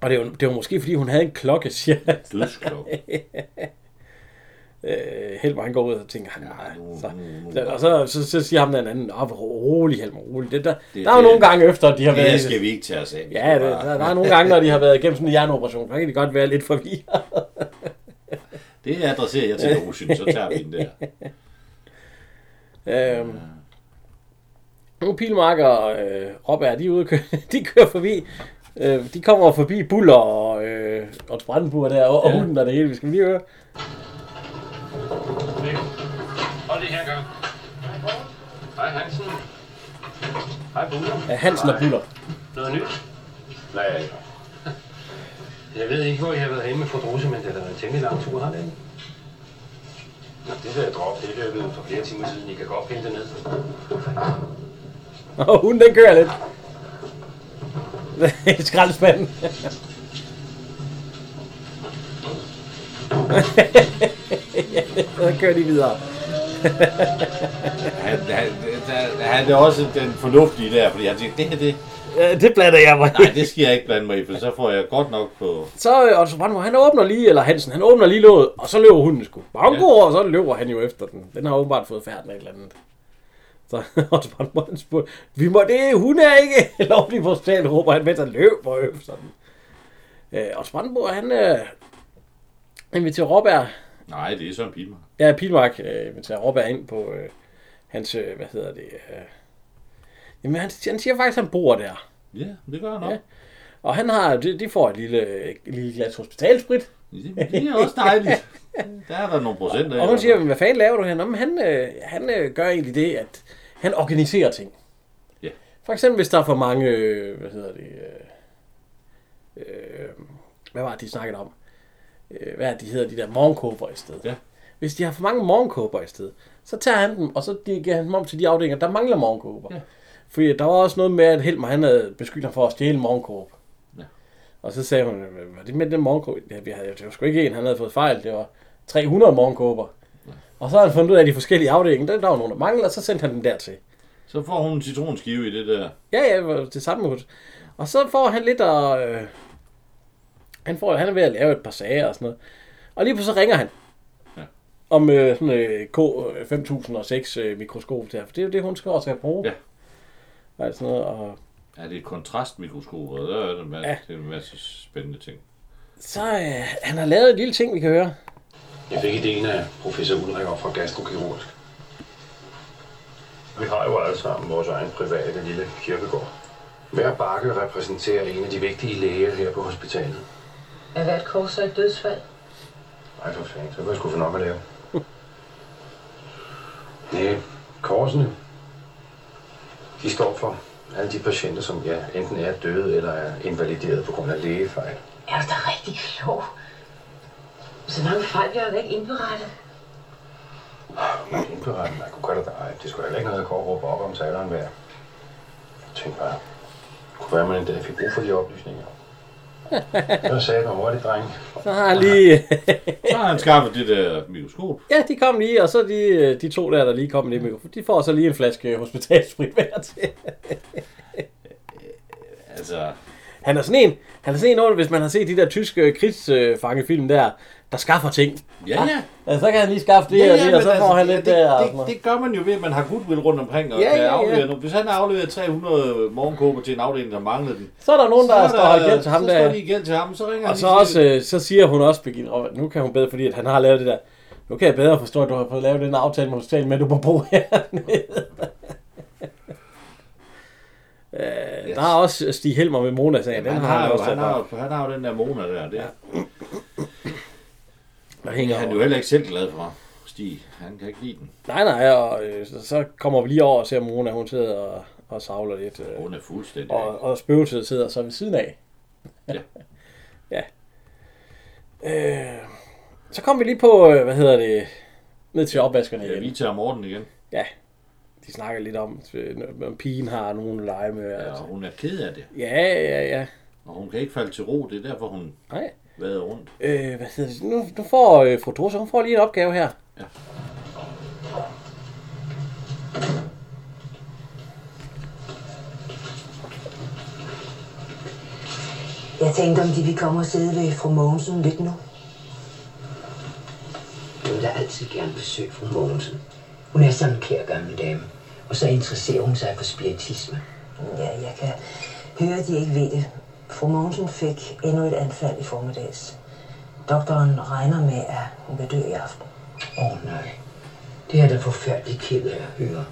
Og det var, det var måske, fordi hun havde en klokke, siger han.
Dødsklog.
Øh, Helmer, han går ud og tænker, nej,
Ja, nu-
så,
nu- nu-
så, og så, så, så siger ham den anden, oh, rolig Helmer, rolig. Det, der,
Det-
der er jo
det-
nogle gange efter, de har
Det
været...
her
i-
skal vi ikke tage os af. Vi
Ja,
skal
det,
bare-
der, der er nogle gange, når de har været igennem sådan en hjerneoperation, så kan de godt være lidt forvirret.
Det adresserer jeg til Rusien, så tager vi den der.
Øhm, nu er Pilmark og øh, Robert, de er ude at køre, de kører forbi. Øh, de kommer forbi Buller og, øh, og Brandenburg der, og, og
Ja.
hunden og det hele. Vi skal lige høre.
og det her gang. Hej Hansen. Hej Buller.
Ja, Hansen og Buller.
Noget nyt?
Nej,
Jeg ved ikke, hvor jeg har været henne med fru Druse, men det er da en temmelig lang tur, har det ikke? Nå, det der drop, det løb ud for flere timer siden. I kan godt pille det ned.
Og hunden, den kører lidt. Skraldespanden. Så kører de videre.
Han, han, der- han er også den fornuftige der, fordi han tænker, det her, det,
Øh, det blander jeg mig.
nej, det skal jeg ikke blande mig i, for så får jeg godt nok på...
Så øh, Otto Brandenburg, han åbner lige, eller Hansen, han åbner lige låget, og så løber hunden sgu. Bango, ja. og så løber han jo efter den. Den har åbenbart fået færden af et eller andet. Så Otto Brandenburg, han spurgte, vi må det, hun er ikke lovlig på staten, råber han, mens han løber efter den. Øh, Otto Brandenburg, han øh, inviterer Robert,
Nej, det er sådan en pilmark.
ja, Pilmark øh, inviterer Robert ind på øh, hans, øh, hvad hedder det, øh, jamen han, han siger faktisk, at han bor der.
Ja, det gør han nok.
Ja. Og han har, de, de får et lille, øh, et lille glas hospitalsprit,
Det, det er også dejligt. Der er der nogle procenter.
Og
i
hun
hvert
siger,
fald.
"Men hvad fanden laver du her? Nå, men han, øh, han øh, gør egentlig det, at han organiserer ting.
Ja.
For eksempel, hvis der er for mange, øh, hvad hedder det, øh, øh, hvad var det, de snakkede om? Øh, hvad er det, de hedder, de der morgenkåber i stedet?
Ja.
Hvis de har for mange morgenkåber i stedet, så tager han dem, og så giver han dem om til de afdelinger, der mangler morgenkåber.
Ja.
Fordi der var også noget med, at Helmer, han havde beskyldt ham for at stjæle morgenkåb.
Ja.
Og så sagde hun, var det med den morgenkåbe? Ja, vi havde, det var sgu ikke en, han havde fået fejl. Det var 300 morgenkåber. Og så har han fundet ud af de forskellige afdelinger. Der, der var nogen, der manglede, og så sendte han den dertil.
Så får hun en citronskive i det der.
Ja, ja, det var det samme hus. Og så får han lidt at... Øh, han, får, han er ved at lave et par sager og sådan noget. Og lige pludselig ringer han.
Ja.
Om øh, sådan øh, K5006 øh, mikroskop der. For det er jo det, hun skal også have bruge.
Ja.
Og sådan noget, og
Ja, det er et kontrastmikroskop, og der er der en masse,
Ja.
ja. det er en masse spændende ting.
så øh, han har lavet en lille ting, vi kan høre.
Jeg fik ideen af professor Ulrik op fra Gastrokirurgisk. Vi har jo alle sammen vores egen private lille kirkegård. Hver bakke repræsenterer en af de vigtige læger her på hospitalet.
Er hvert kors så et dødsfald?
Ej, for fanden, så kunne jeg sgu få nok at lave. Næh, korsene, de står for alle de patienter, som ja, enten er døde eller er invalideret på grund af lægefejl.
Er du da rigtig klog? Så mange fejl bliver der da ikke indberettet.
Indberetning, man kunne gøre det der. Ej, det skulle heller ikke noget, jeg kunne råbe op om til alle hver. Jeg tænkte bare, det kunne være, man en dag fik brug for de oplysninger. Jeg sagde mig hurtigt, dreng.
Så har han lige...
Så har han skaffet det der mikroskop.
ja, de kom lige, og så de, øh, de to der, der lige kom med det mikrofon, de får så lige en flaske hospitalsprit hver til.
Altså,
Han er sådan en, han er sådan en, over, hvis man har set de der tyske krigsfangefilm der, der skaffer ting.
ja, ja.
Altså, så kan han lige skaffe det ja, og det, og
men altså,
så får han
det-
lidt
det,
der. og sådan
Det,
noget.
det, det, gør man jo ved, at man har goodwill rundt omkring, og
Ja,
ja, kan
ja, ja.
aflevere nogle. Hvis han har afleveret 300 morgenkåber til en afdeling, der manglede den,
Så er der nogen, der,
er
står og holder igen til ham
så
der.
står de igen til ham, så ringer
Og
han
så,
lige
også,
til-
øh, så siger hun også, Birgitte, og nu kan hun bedre, fordi at han har lavet det der. Nu kan jeg bedre forstå, at du har fået lavet den aftale med hospitalet med, at du må bo hernede. Øh, der er også Stig Helmer med Mona, sagde den
han,
har
har
han
jo,
også.
han, har,
Der,
jo- han har jo den der Mona der, det er
der hænger
han er
over.
jo heller ikke selv glad for. Stig, han kan ikke lide den.
Nej, nej, og øh, så- så kommer vi lige over og ser Mona, hun sidder og, og savler lidt. Øh,
Hun er fuldstændig.
og, og spøgelset sidder så ved siden af.
Ja.
ja. Øh, så kom vi lige på, øh, hvad hedder det, ned til opvaskerne
Ja,
igen.
vi tager Morten igen.
Ja, de snakker lidt om, øh, om pigen har nogen at lege med.
Ja, og
Altså.
hun er ked af det.
Ja, ja, ja.
Og hun kan ikke falde til ro. Det er derfor, hun
Nej.
vader rundt.
Øh, hvad hedder det? Nu, nu får øh, fru Dorse, hun får lige en opgave her.
Ja.
Jeg tænkte, om de ville komme og sidde ved fru Mogensen lidt nu.
Jeg vil da altid gerne besøge fru Mogensen. Hun er sådan en kær gammel dame. Og så interesserer hun sig for spiritisme.
Ja, jeg kan høre, at de ikke ved det. Fru Mogensen fik endnu et anfald i formiddags. Doktoren regner med, at hun vil dø i aften.
Åh oh, nej. Det er jeg da forfærdeligt ked af at høre.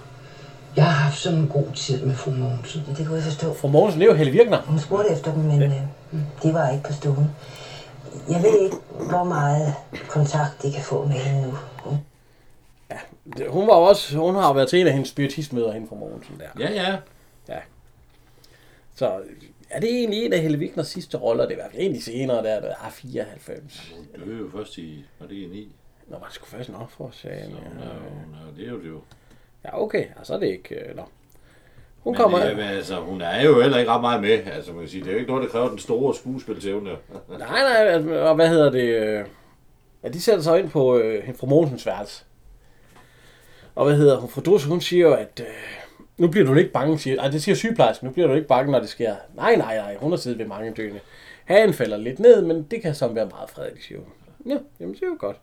Jeg har haft sådan en god tid med fru Mogensen.
Men Det kunne jeg forstå.
Fru Mogensen, det er jo Helle Virkner.
Hun spurgte efter dem, men øh, de var ikke på stuen. Jeg ved ikke, hvor meget kontakt de kan få med hende nu. Hun
Det- Hun, var jo også, hun har jo været til en af hendes spiritistmøder hende fra Mogensen der.
Ja, ja.
Så er det egentlig en af Helle Virkners sidste roller? Det er i hvert fald en af de senere der, der Ah, er 94.
Hun døde jo først i... Var det i 9?
Nå, man skulle først nok for sagen.
Hun
Ja.
er, jo- hun er, det er jo det jo.
ja, okay. Ja, så er det ikke... Øh, nå. Hun
Men,
kommer...
Jamen, altså, hun er jo heller ikke ret meget med. Altså, man kan sige, det er jo ikke noget, der kræver den store skuespilsevne.
Nej, nej, altså, og hvad hedder det? øh, Ja, de sætter sig ind på øh, fru Mogensens værelse. Og hvad hedder hun? Fru Drusse, hun siger jo, at øh, nu bliver du ikke bange, siger, ej, det siger sygeplejersken, nu bliver du ikke bange, når det sker. Nej, nej, nej, hun har siddet ved mange døende. Hagen falder lidt ned, men det kan som være meget fredelig, siger hun. Ja, jamen det er jo godt.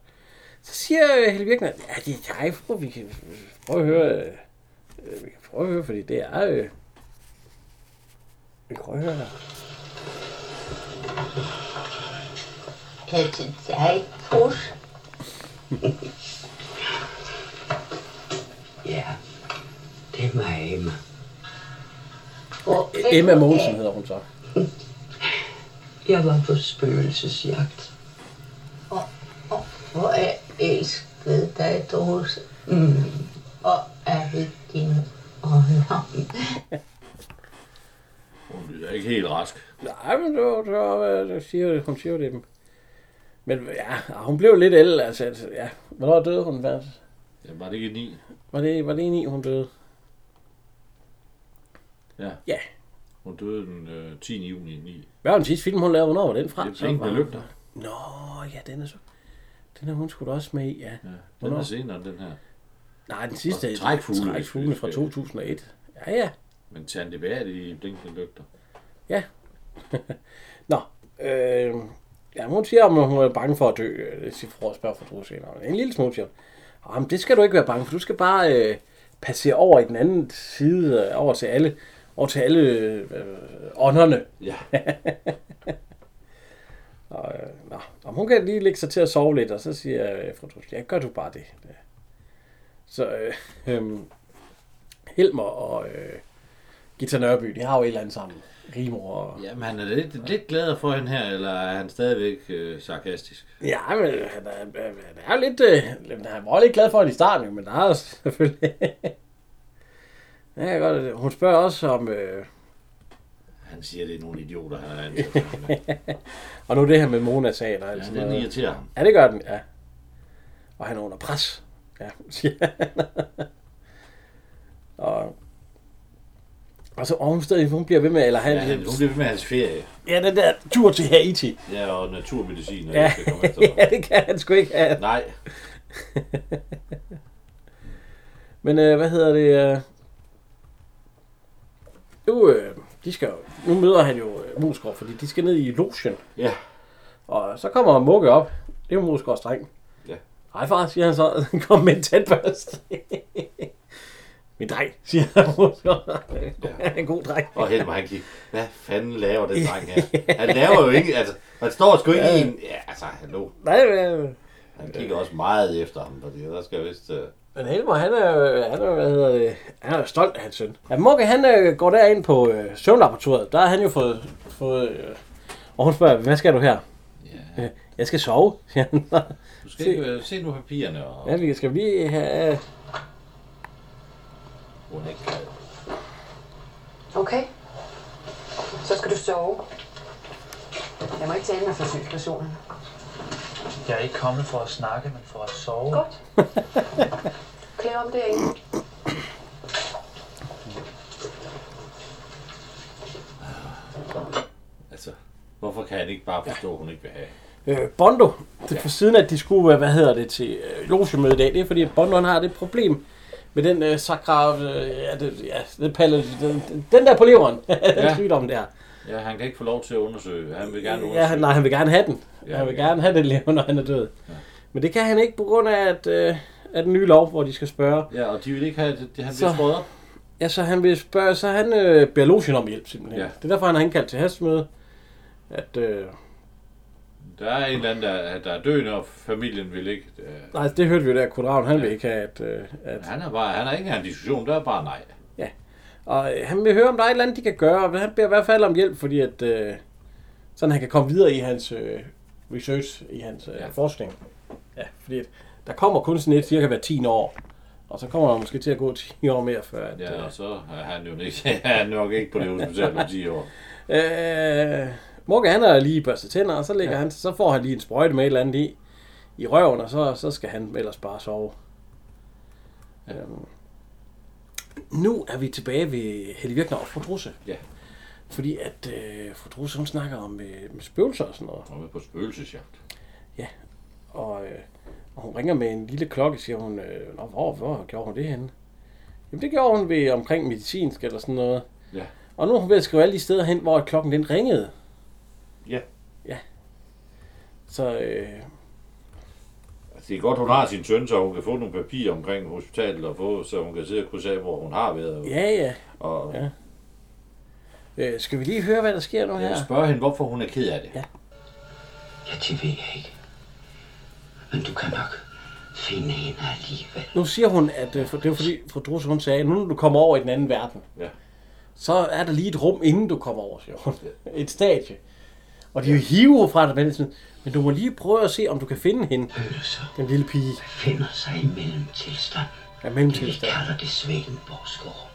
Så siger øh, Helle Virkner, ja, det er dig, fru, vi kan prøve at høre, øh, øh, vi kan prøve at høre, fordi det er, øh, vi kan prøve at høre her.
Er det dig, Pus?
Ja, det er mig, Emma.
Hvor
Emma Mogensen hedder hun så.
Jeg var på spøgelsesjagt.
Hvor jeg elskede dig, Dorse. Mm. Og er det dine øjne?
Hun lyder ikke helt rask.
Nej, men det var, det var det siger, hun siger jo det. er dem. Men ja, hun blev lidt ældre, altså, altså ja. Hvornår døde hun? Hvad-
Jamen, var det ikke i 9?
Var det, var det en i, hun døde?
Ja.
Ja.
Hun døde den øh, 10. juni 9.
Hvad var den sidste film, hun lavede? Hvornår var den fra?
Det er Blinkende Lygter.
Nå, ja, den er så... Den er hun skulle da også med i, ja. ja
Den er senere, end den her.
Nej, den sidste er
Og Trækfugle.
Trækfugle fra 2001. Ja, ja.
Men Tante Bært i Blinkende Lygter.
Ja. Nå. Øh, ja, hun siger, om hun er bange for at dø. øh, Det siger for spørger for to senere. En lille smule siger hun. Jamen, det skal du ikke være bange for. Du skal bare øh, passere over i den anden side, øh, over til alle, over til alle øh, øh, ånderne.
Ja.
og, øh, nå. Om hun kan lige lægge sig til at sove lidt, og så siger øh, fru Trus, ja, gør du bare det. Ja. Så øh, øh, Helmer og øh, Gita Nørby, de har jo et eller andet sammen. Rimor og...
Jamen, han er lidt, lidt gladere for hende her, eller er han stadigvæk øh, sarkastisk?
Ja, men han er, han er- han er jo lidt... Øh, jamen, han var lidt glad for det i starten, jo, men der er jo selvfølgelig... ja, jeg kan godt, lide det. hun spørger også om... Øh,
Han siger, det er nogle idioter, han er
og nu det her med Mona-sagen og alt
Ja,
sådan
den
noget.
irriterer ham.
Ja, det gør den, ja. Og han er under pres. Ja, siger han. og, og så ovenstedet, hun bliver ved med, eller han...
Ja, han- hun bliver ved med hans ferie.
Ja, den der tur til Haiti.
Ja, og naturmedicin, og
Ja,
jeg skal komme efter
ja det kan han sgu ikke have.
Nej.
Men øh, hvad hedder det? Øh... Nu, øh, de skal jo, nu møder han jo øh, Musgaard, fordi de skal ned i logen.
Ja.
Og så kommer Mugge op. Det er jo Musgaards dreng.
Ja.
Ej far, siger han så. Kom med en tandbørste. Min dreng, siger han. Musgaard. Han er en god dreng.
Og Helmer, han gik, hvad fanden laver den dreng her? Han laver jo ikke, altså, han står sgu ikke i en... Ja, altså, hallo.
Nej, øh, men,
Han kigger også meget efter ham, fordi der skal vist... Øh,
men Helmer, han er, jo- han er, jo, hvad hedder det, han er jo stolt af hans søn. Ja, Mugge, han øh, går derind på øh, søvnlaboratoriet. Der har han jo fået... fået øh, og hun spørger, hvad skal du her? Ja. Jeg skal sove, siger han.
du skal ikke, øh, se nu papirerne, og
Ja, vi skal lige have...
hun er ikke glad.
Okay. Så skal du sove. Jeg må ikke tale med forsøgspersonen.
Jeg er ikke kommet for at snakke, men for at sove.
Godt. Klæd om derinde.
Altså, hvorfor kan han ikke bare forstå, at hun ikke vil have?
Øh, Bondo, det er for siden at de skulle, øh, hvad hedder det, til øh, logemøde i dag, det er fordi, at Bondo han har det problem med den øh, sakra, øh, ja, det, ja, det pallet, den, den der på leveren, den
Ja.
sygdom der.
Ja, han kan ikke få lov til at undersøge. Han vil gerne undersøge.
Ja, han, nej, han vil gerne have den.
Ja,
Ja, han vil gerne have den levende, når han er død. Ja. Men det kan han ikke på grund af, at, øh, at den nye lov, hvor de skal spørge.
Ja, og de vil ikke have, at det- han bliver skåret op.
Ja, så han vil spørge, så han øh, beder logen om hjælp simpelthen.
Ja.
Ja. Det er derfor, han har indkaldt til hastemøde, at... Øh,
Der er en eller anden, der, der er døende, og familien vil ikke... Øh,
Nej, det hørte vi jo der, Kudraven, han ja. vil ikke have, at... øh, at
han er bare, han er ikke engang en diskussion, der er bare nej.
ja. Og øh, han vil høre, om der er et eller andet, de kan gøre, men han beder i hvert fald om hjælp, fordi at... Øh, sådan han kan komme videre i hans øh, research, i hans øh, ja. forskning. Ja, fordi at der kommer kun sådan et cirka hver 10 år. Og så kommer der måske til at gå 10 år mere, før at... øh,
Ja, og så er han jo ikke, han er nok ikke på det hospital om 10 år.
Øh, Mugge, han har lige børstet tænder, og så, ligger ja. han, så får han lige en sprøjte med et eller andet i, i røven, og så, så skal han ellers bare sove. Ja. Øhm, nu er vi tilbage ved Helle Virkner og fru Drusse.
Ja.
Fordi at øh, fru Drusse, hun snakker om øh, med spøgelser og sådan noget.
Hun er på spøgelsesjagt.
Ja, og, øh, og hun ringer med en lille klokke, siger hun, øh, Nå, hvor, hvor gjorde hun det henne? Jamen det gjorde hun ved omkring medicinsk eller sådan noget.
Ja.
Og nu er hun ved at skrive alle de steder hen, hvor klokken den ringede.
Ja.
Ja. Så, øh,
Altså, det er godt, hun har sin søn, så hun kan få nogle papirer omkring hospitalet, og få, så hun kan sidde og krydse af, hvor hun har været.
ja, ja.
Og
ja. Øh, skal vi lige høre, hvad der sker nu
jeg
her?
vil spørge hende, hvorfor hun er ked af det.
Ja.
Ja, det ved jeg ikke. Men du kan nok finde hende alligevel.
Nu siger hun, at øh, for, det var fordi, fru Drusse, hun sagde, nu når du kommer over i den anden verden,
Ja.
så er der lige et rum, inden du kommer over, siger hun. et stadie. Og de ja. hiver fra dig, men, sådan, men du må lige prøve at se, om du kan finde hende, den lille pige.
Finder sig i mellemtilstand.
Ja, mellemtilstand.
Det vi kalder det Svendenborgsgård.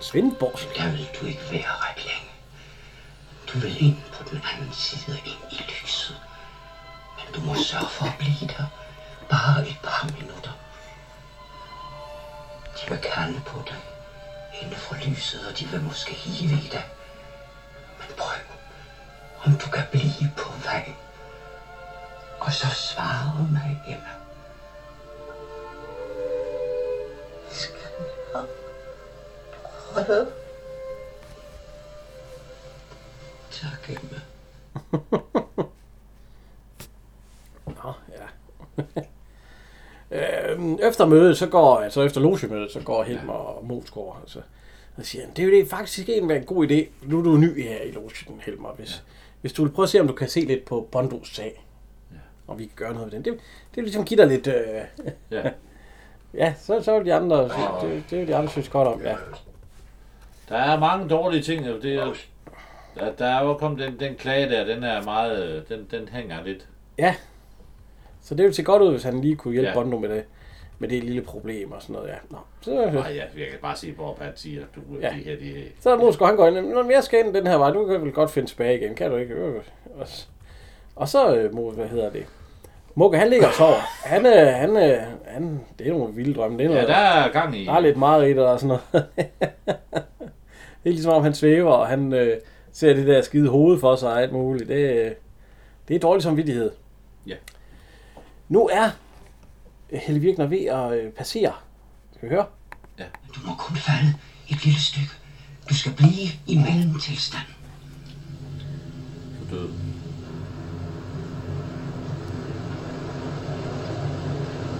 Svendborg?
Der vil du ikke være ret længe. Du vil ind på den anden side, ind i lyset. Men du må sørge for at blive der. Bare et par minutter. De vil kalde på dig. Inden for lyset, og de vil måske hive i dig.
om du kan blive på vej. Og så svarer mig, Emma.
Skal vi op? Hold op.
Tak, Emma.
Nå, ja. Øhm, efter mødet, så går, altså efter logemødet, så går Helm og Mosgaard, altså, og siger, han, det er jo det, faktisk ikke en god idé. Nu er du ny her i logen, Helmer, hvis, ja. hvis du vil prøve at se, om du kan se lidt på Bondos sag, ja. og vi kan gøre noget ved den. Det, det vil ligesom give dig lidt... Øh,
Ja.
ja, så, så vil de andre, det, det vil de andre synes godt om, ja.
Der er mange dårlige ting. og Det er, der, der er jo kommet den, den klage der, den er meget, øh, den, den hænger lidt.
Ja. Så det ville se godt ud, hvis han lige kunne hjælpe
Ja.
ja. Bondo med det, med det lille problem og sådan noget, ja. Nå, så,
Nej, jeg, jeg kan bare se, hvor han siger, du ja.
Ja.
de her, de,
Så er Mosko, han går ind, Nå, men jeg skal ind den her vej, du kan vel godt finde tilbage igen, kan du ikke? Øh. Og, s- og så, øh, Mo- hvad hedder det? Mokke, han ligger og sover. Han, øh, han, øh, han, det er nogle vilde drømme. Det er
Ja,
noget,
der er gang i.
Der er lidt meget i det og sådan noget. det er ligesom om, han svæver, og han øh, ser det der skide hoved for sig og alt muligt. Det, øh, det er dårlig samvittighed.
Ja.
Nu er Helle Virkner ved at øh, passere. Skal vi høre?
Du må kun falde et lille stykke. Du skal blive i mellemtilstand.
Du døde.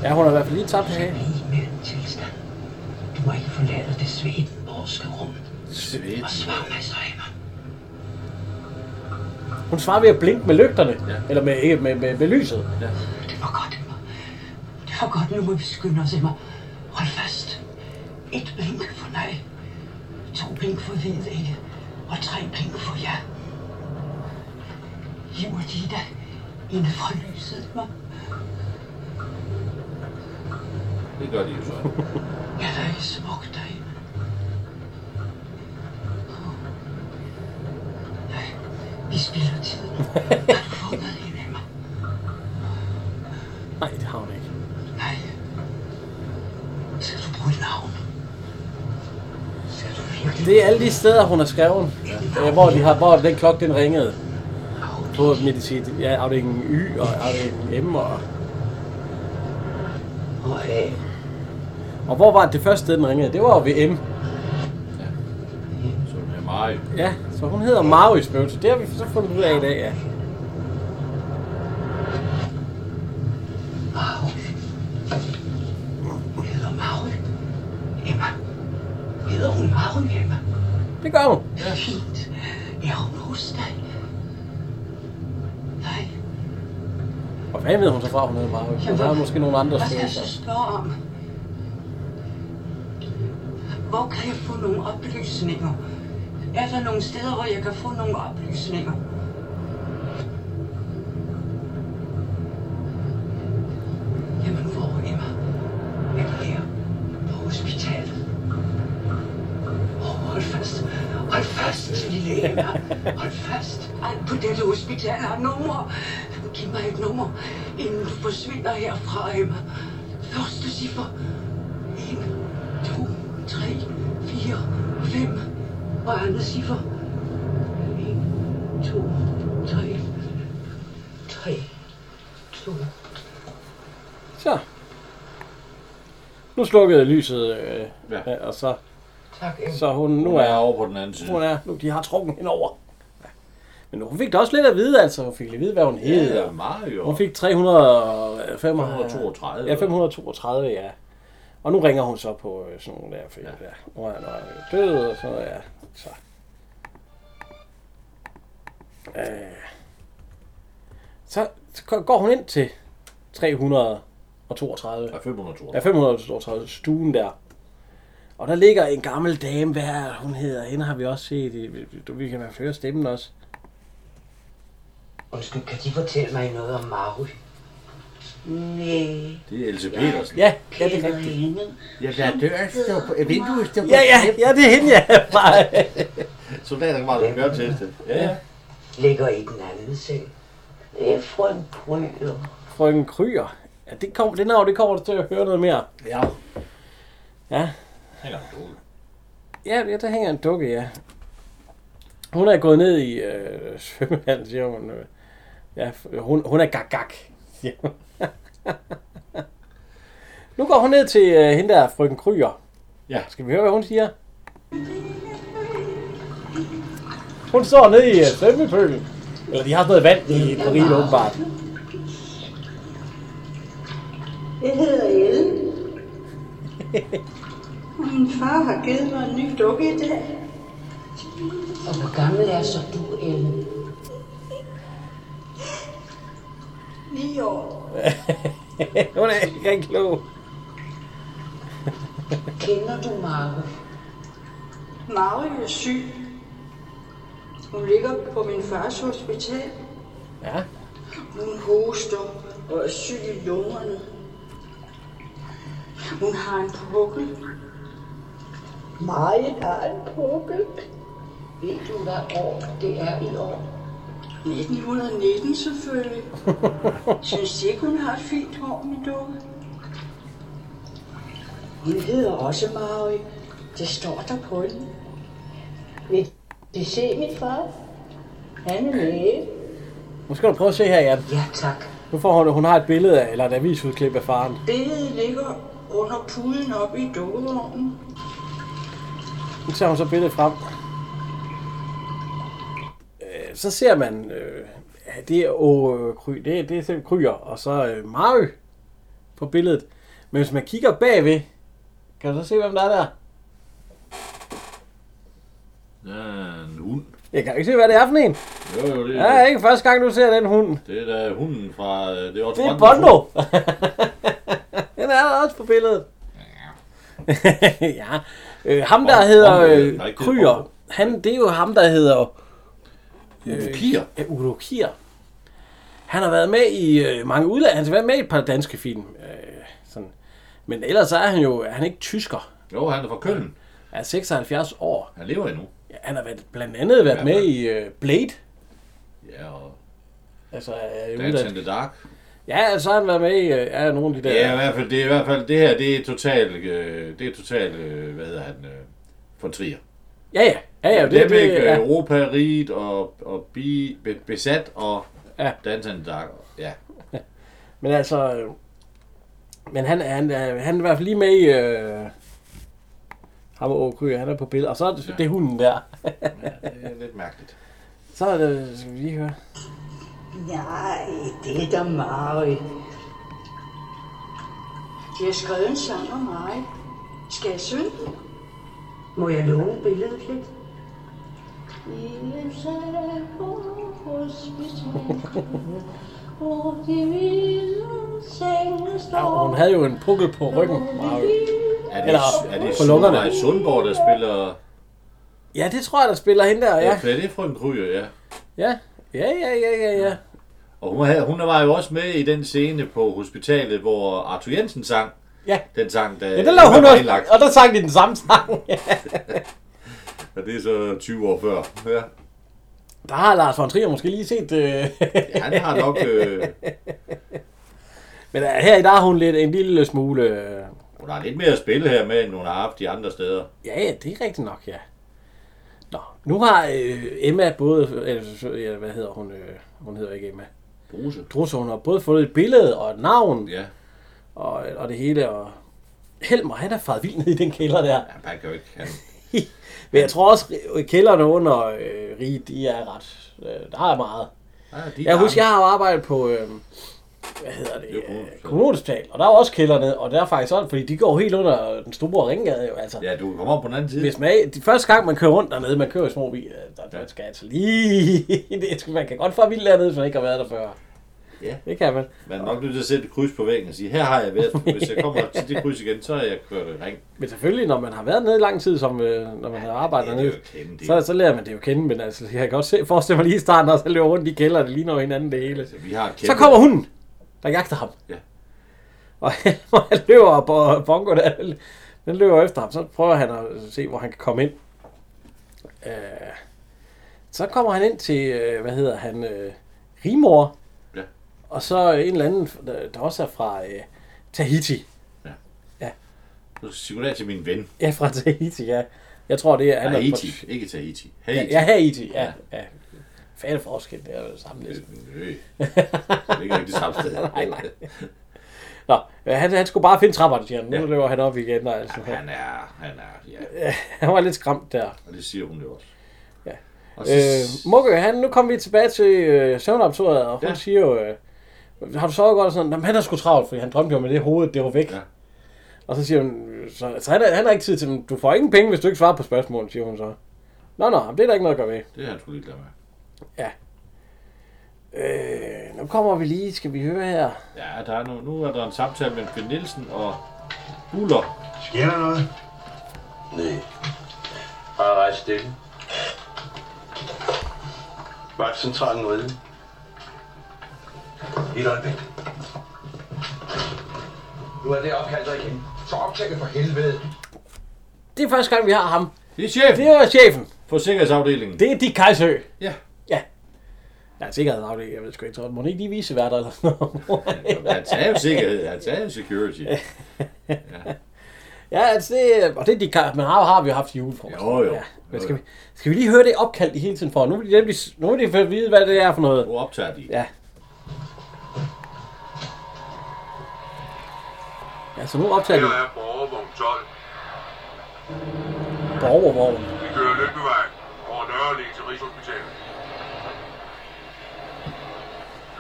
Ja, hun har i hvert fald lige tabt af.
Mellemtilstand. Du må ikke forlade det svedborske rum. Sved. Og svar mig så, Emma.
Hun svarer ved at blinke med lygterne. Ja. Eller med, ikke, med, med, med lyset.
Ja.
Det var godt, Emma. Det var godt, nu må vi skynde os, Emma. Hold fast. Et blink for nej. To blink for ved ikke. Og tre blink for ja. Jeg må give dig inden for lyset, Emma.
Det gør de jo så.
Jeg er ikke smukt derinde. Nej, Oh. vi spilder tiden. Har du fundet hende af mig?
Nej, det har hun ikke.
Nej. Skal du bruge et navn? Skal du virkelig?
Det er alle de steder, hun har skrevet, ja. øh, hvor, de har, hvor den klokke den ringede. På medicin, ja, afdelingen Y og afdelingen M. Og...
Og A.
Og hvor var det første sted, den ringede? Det var jo ved M.
Så det er meget.
Ja, så hun hedder Maro i spøgelset. Det har vi så fundet ud af i dag, ja.
Maui. Hun hedder Maui. Emma. Hedder hun Maui, Emma?
Det gør hun.
Fint. Er hun hos dig? Nej.
Og hvad ved hun så fra, hun hedder Maro? Hun har måske nogle andre
Hvad skal jeg
spøgelser.
så spørge om? Hvor kan jeg få nogle oplysninger? Er der nogle steder, hvor jeg kan få nogle oplysninger? Jamen, hvor Emma? Er det her? På hospitalet? Åh, hold fast. Hold fast, lille Emma. Hold fast. Ej, på dette hospital har nummer. Giv mig et nummer, inden du forsvinder herfra, Emma. Første ciffer. 1, 2, 3, 4, 5. Og andet ciffer. 1, 2, 3, 3, 2.
Så. Nu slukkede lyset, øh, ja. og så...
Tak, Emma.
Så hun, nu
Hun er
er,
over på den anden side.
Hun er, nu, de har trukket hende over. Ja. Men hun fik da også lidt at vide, altså. Hun fik lidt at vide, hvad hun hed.
Ja,
og-
meget jo.
Hun fik 335...
532.
Ja, 532, ja. Og nu ringer hun så på øh, sådan nogle der, fordi ja. ja. nu er han øh, død og sådan noget, ja. Så. Øh. Så, så går- går hun ind til 332.
Ja, 532.
Ja, 532 stuen der. Og der ligger en gammel dame, hvad er hun hedder, hende har vi også set, i- vi, vi- vi kan høre stemmen også.
Undskyld, kan de fortælle mig noget om Maru?
Nej.
Det er Else Petersen.
Ja, ja det er rigtigt.
Ja, der er døren, står på, vinduet står på.
Ja, ja, ja, det er hende, ja.
Soldaterne var der gør til det. Ja, ja.
Ligger i den anden seng. Det er frøen Bryder.
Frøken Kryer. Ja, det kommer, det navn, det kommer du til at høre noget mere.
Ja.
Ja,
Hænger en dukke.
ja, ja der hænger en dukke, ja. Hun er gået ned i øh, svømmehallen, siger hun. Øh, Ja, f- hun, hun er gag-gag, siger hun. nu går hun ned til øh, hende der, frøken Kryer.
Ja.
Skal vi høre, hvad hun siger? Hun står nede i øh, svømmepølen. Eller de har sådan noget vand i Paris, åbenbart.
Jeg hedder Ellen. Min far har givet mig en ny dukke i dag.
Og hvor gammel er så du, Ellen?
Ni år.
hun er ikke rigtig klog.
Kender du Marve?
Marie er syg. Hun ligger på min fars hospital.
Ja.
Hun hoster og er syg i lungerne. Hun har en pukkel. Marie har en pukkel.
Ved du, hvad år det er i år?
1919 selvfølgelig. Synes ikke, hun har et fint hår, min dukke? Hun hedder også Marie. Det står der på den. Vil I se min far? Han er læge.
Nu skal du prøve at se her, Jan.
Ja, tak.
Nu får hun, hun har et billede af, eller et avisudklip af faren.
Billedet ligger under puden oppe i dukkevognen.
Nu tager hun så billedet frem. Øh, Så ser man, øh, ja, det er å, kry, det, er- det er selv kryer, og så øh, Marø på billedet. Men hvis man kigger bagved, kan du så se, hvem der er der?
Ja, en hund.
Jeg kan ikke se, hvad det er for en.
Jo, jo, det
Ja, det er ikke første gang, du ser den hund.
Det er da hunden fra... øh, Det er, også
Det er
Bondos
Bondo.
hund.
den er der også på billedet. ja. Øh, ham, der
Og-
hedder
og, øh,
øh,
nej, det er
Kryer, han, det er jo ham, der hedder...
Udo Kier.
Ja, Udo Kier. Han har været med i øh, mange udland. Han har været med i et par danske film. Øh, sådan. Men ellers er han jo... Er han ikke tysker?
Jo, han er fra Køln.
Er 76 år.
Han lever endnu.
Ja, han har været, blandt andet været
Ja,
med i øh, Blade.
Ja, og
Altså, er jo
Dance in
udlandet.
the Dark.
Ja, så har han været med i øh, er nogle af de der...
Ja, i hvert fald, det er i hvert fald, det her, det er totalt, øh, det er totalt, øh, hvad hedder han, øh, von Trier.
Ja, ja. Ja, ja, det-
det, det,
det- ja.
Europa, Riget og, og bi, Be- Besat og
ja.
Dance in the Dark. Ja.
Men altså... øh, Men han, han, er- han er i hvert fald lige med i... Øh, ham og Åkry, han er på billedet. Og så er det, ja. det er hunden der.
Det er lidt mærkeligt.
så er det, skal vi lige høre.
Nej, det er da Marie. Jeg har skrevet en sang om Marie. Skal jeg synge den?
Må jeg låne billedet lidt?
Og hun havde jo en pukkel på ryggen.
Er det,
Eller
er det
på lungerne.
Sundborg, Sundborg, der spiller...
Ja, det tror jeg, der spiller hende der,
Ja,
ja.
det er frøken Kryer, ja.
Ja, ja, ja, ja, ja. ja.
Og hun, havde, hun var jo også med i den scene på hospitalet, hvor Arthur Jensen sang.
Ja.
Den sang, der,
Ja, der lavede hun
var
også,
indlagt.
og der sang de den samme sang.
Og det er så 20 år før. Ja.
Der har Lars von Trier måske lige set... Øh... ja,
han har nok, øh.
Men øh, her i dag har hun lidt, en lille smule... Øh...
Hun har lidt mere at spille her med, end hun har haft de andre steder.
Ja, ja, det er rigtigt nok, ja. Nå, nu har øh, Emma både... Øh, ja, hvad hedder hun? Øh, hun hedder ikke Emma.
Druse.
Druse, hun har både fået et billede og et navn.
Ja.
Og, og det hele, og... Helmer, han er faret vild ned i den kælder der.
Han kan jo ikke... Han,
Men jeg tror også, at kælderne under øh, Rige, de er ret... Øh, der er meget.
Ja, de er
jeg husker,
lange.
jeg har jo arbejdet på... Øh, hvad hedder det?
Det er kommunens
Kommunhospital. Og der er også kælderne, og der er faktisk sådan, fordi de går helt under den store ringgade jo, altså.
Ja, du kommer op på den anden side.
Hvis man, de første gang, man kører rundt dernede, man kører i små biler, der, der skal altså lige... det, skal- man kan godt få vildt dernede, hvis man ikke har været der før.
Ja.
Det kan man.
Man er nok nødt til at sætte et kryds på væggen og sige, her har jeg været. Hvis jeg kommer til det kryds igen, så er jeg kørt i ring.
Men selvfølgelig, når man har været nede i lang tid, som øh, når man har arbejdet
det er
dernede,
jo kende, det er
så, så lærer man det jo kende. Men altså, jeg kan godt se, forestille mig lige i starten, og så løber rundt i kælderen, det ligner jo hinanden det hele.
Altså, Vi har et
Så
kæmpe-
kommer hunden, der jagter ham.
Ja.
Og han, og han løber op, og Bongo der, den løber efter ham. Så prøver han at se, hvor han kan komme ind. Øh, så kommer han ind til, øh, hvad hedder han, øh, Rimor.
Ja.
Og så en eller anden, der- der også er fra øh, Tahiti.
Nu skal jeg sige goddag til min ven.
Ja, fra Tahiti, ja. Jeg tror, det er... han er
Haiti,
fra-
ikke Tahiti.
Ja,
Haiti.
ja, Haiti, ja. ja. Færdig forskel, det er jo det samme næsten.
Øh, det ligger ikke det samme sted.
nej, nej. Nå, øh, han, han skulle bare finde trapperne, siger han. Nu løber han op igen. Og altså.
Ja, han er, han er, ja.
Ja, han var lidt skræmt der.
Og det siger hun jo også.
Ja.
Og så,
Øh, Mugge, han, nu kommer vi tilbage til øh, søvnlaboratoriet, og hun ja. siger jo, øh, har du sovet godt? Og sådan, Jamen, han er sgu travlt, fordi han drømte jo med det hoved, det var væk. Ja. Og så siger hun, "Øh, så, så han, har- han har ikke tid til, men du får ingen penge, hvis du ikke svarer på spørgsmål, siger hun så. Nå, nå, men det er der ikke noget at gøre ved.
det er han sgu ligeglad med.
Ja. Øh, nu kommer vi lige, skal vi høre her.
Ja, der er nu, nu er der en samtale mellem Finn Nielsen og Buller.
Sker der noget? Nej. Bare ret stille. Vagtcentralen ude. I et øjeblik. Nu er det opkaldt dig igen. Så optækket for helvede.
Det er første gang, vi har ham.
Det er chefen.
Det er chefen.
For sikkerhedsafdelingen.
Det er Dick Kajsø.
Ja.
Ja. Ja, sikkerhedsafdelingen, jeg ved sgu ikke, tror, må den ikke lige vise værter eller sådan noget.
Han tager jo sikkerhed, han tager jo security.
Ja, altså det, og det er de kar- men har, har vi jo haft i julefrokost.
Jo, jo.
Ja. Men
Jo,
skal
jo.
vi, skal vi lige høre det opkald i hele tiden for? Nu vil de nemlig, nu vil de få at vide, hvad det er for noget.
Nu optager de.
Ja. Ja, så nu optager de
Her er borgervogn 12.
borgervognen.
Vi kører Lygtevej over Nørre Allé til Rigshospitalet.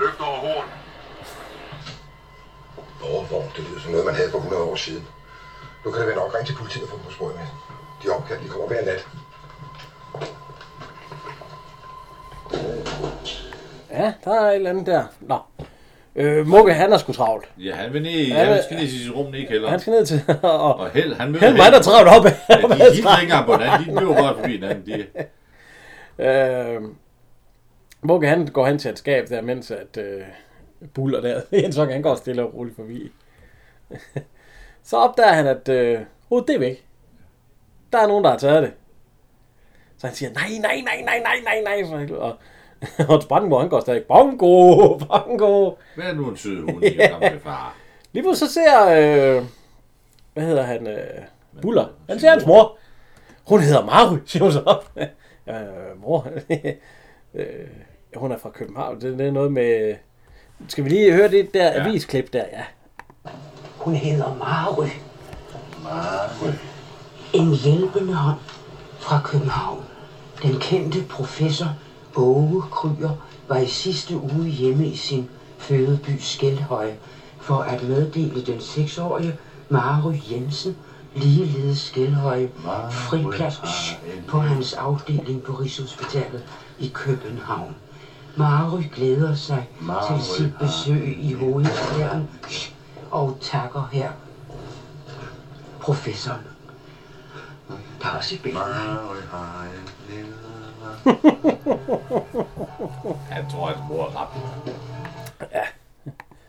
Løft over horn.
Borgervogn, det lyder som noget, man havde for 100 år siden. Nu kan det være nok ringe til politiet og få dem på sporet med. De opkald, de kommer hver nat.
Ja, der er et eller andet der. Nå. Øh, Mugge, han er sgu travlt.
Ja, han vil ned, i-
Ja,
han
men-
skal ned til sit rum ned i kælderen.
Han skal ned til... Og,
Og Held, han møder
Held, mig, der travlt op.
Ja, de, de hilser ikke engang på hinanden, de løber bare forbi hinanden. De,
Øh, Mugge, han går hen til et skab der, mens at øh, buller der. Jens Håk, han går stille og roligt forbi. så opdager han, at øh, hovedet det er væk. Der er nogen, der har taget det. Så han siger, nej, nej, nej, nej, nej, nej, nej. Så han, og, og Brandenborg, han går stadig, bongo, bongo.
hvad er nu en sød hund, de er gamle far?
Lige pludselig så ser, øh, hvad hedder han, øh, Buller, han ser hans mor. Hun hedder Mary, siger hun så. ja, øh, mor, øh, hun er fra København, det, det er noget med, skal vi lige høre det der ja. avisklip der, ja.
Hun hedder Mary.
Mary.
En hjælpende hånd fra København. Den kendte professor Åge Kryer var i sidste uge hjemme i sin fødeby Skelhøje for at meddele den seksårige Mary Jensen ligeledes Skelhøje friplads på hans afdeling på Rigshospitalet i København. Mary glæder sig
Mary
til sit besøg i hovedstaden og takker her professoren. Der er også et billede.
Han tror, at mor er ramt. Ja.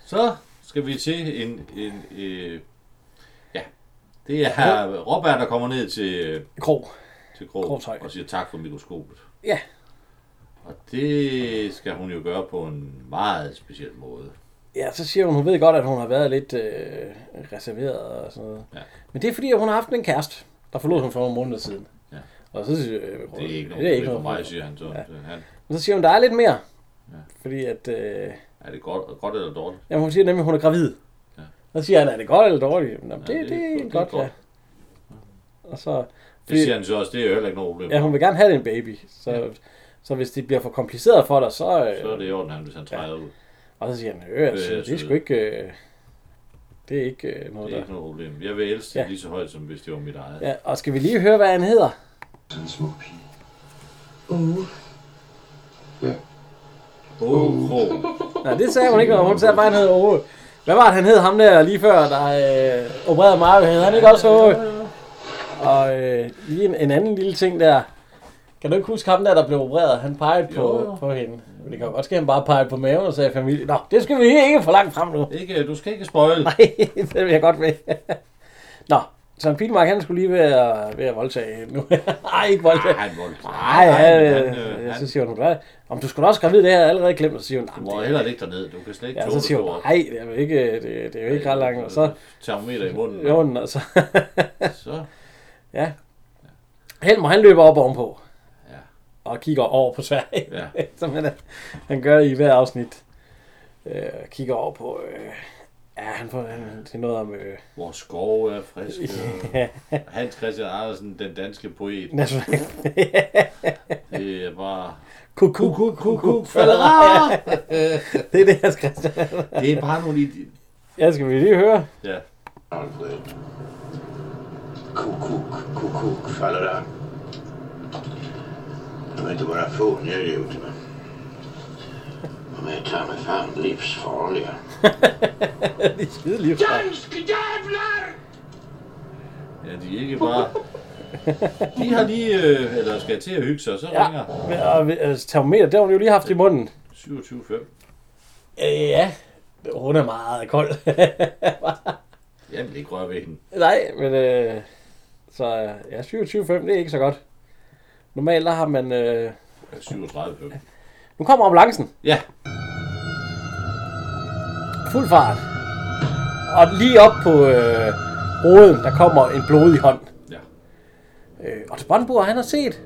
Så skal vi til en... en øh, ja, det er Robert, der kommer ned til...
Krog.
Til Krog, og siger tak for mikroskopet.
Ja.
Og det skal hun jo gøre på en meget speciel måde.
Ja, så siger hun, hun ved godt, at hun har været lidt øh, reserveret og sådan noget.
Ja.
Men det er fordi, at hun har haft en kæreste, der forlod hun for nogle måneder siden.
Ja.
Og så siger øh,
Det er ikke noget
det er
problem for mig,
problem.
siger han så. Han,
Men så siger hun, der er lidt mere. Ja. Fordi at... Øh,
er det godt, godt eller dårligt?
Jamen, hun siger nemlig, at hun er gravid. Ja. Så siger han, er det godt eller dårligt? Jamen, det, det, det, er
det er
godt, godt,
godt.
ja. Og så,
Det siger han så også, det er jo heller ikke noget problem.
ja, hun vil gerne have en baby. Så, ja. så hvis det bliver for kompliceret for dig, så... Øh,
Så er det i orden, han, hvis han træder ud.
Og så siger han, øh, altså,
Øh,
det er
så-
sgu ikke... Øh, det er ikke øh, noget,
Det er
der...
ikke noget problem. Jeg vil elske det lige så højt, som hvis det var mit eget.
Ja, og skal vi lige høre, hvad han hedder?
Sådan en smuk pige.
Åge.
Åh, Krog.
Uh. Nej, det sagde hun ikke, og hun sagde bare, at han hed Åge. Hvad var det, han hed ham der lige før, der øh, opererede Mario? Hed han ikke også Åge? Og øh, lige en, en anden lille ting der. Kan du ikke huske ham der, der blev opereret? Han pegede på, på hende. Men det kan jo godt ske, at han bare pegede på maven og sagde familie. Nå, det skal vi ikke for langt frem nu.
Ikke, du skal ikke spoil.
Nej, det vil jeg godt med. Nå, Søren Pilmark, han skulle lige ved at, ved at voldtage hende nu. Nej, ikke voldtage.
Nej, han voldtage.
Nej,
Nej, men
ja,
han, øh,
ja,
han-
så siger hun, "Hvad? om du skulle også skrive det her, jeg har allerede glemt, og så siger hun,
Du må heller ligge derned. Du kan slet ikke
Ja,
ja,
så
tåle
siger
det
hun,
store
nej, det er jo ikke, øh, det, det er jo ikke ret langt. Og så,
termometer i munden.
jo, og så,
Så.
ja. Helmer, han løber op ovenpå. Ja. Og kigger over på Sverige. Ja. som han, han gør i hver afsnit. Øh, kigger over på... Øh, ja, han får han, det er noget om... Øh,
Vores skove er friske. og Hans Christian Andersen, den danske poet.
National-
det er bare...
Kuk, kuk, kuk, kuk, kuk,
fadera!
Det er det, jeg skal Det
er bare nogle idioter.
Ja, skal vi lige høre?
Ja.
Kukuk, kukuk, falder der. Jeg ved ikke, hvor der er få nedlevet, men... Og med at tage med faren livsfarligere.
De er skide lige
Danske dævler!
Ja, de er ikke bare... De har lige, øh, eller skal til at hygge sig, så ja. ringer
Men, Og vi- altså, termometer, det har hun jo lige haft i munden.
27.5.
Øh, ja, hun er meget kold.
Jeg vil ikke røre ved hende.
Nej, men øh, så øh, ja, 27,5, det er ikke så godt. Normalt der har man... Øh,
37,5.
Nu kommer ambulancen.
Ja.
Fuld fart. Og lige op på øh, roden, der kommer en blodig hånd. Ja. Øh, og til Brandburg, han har set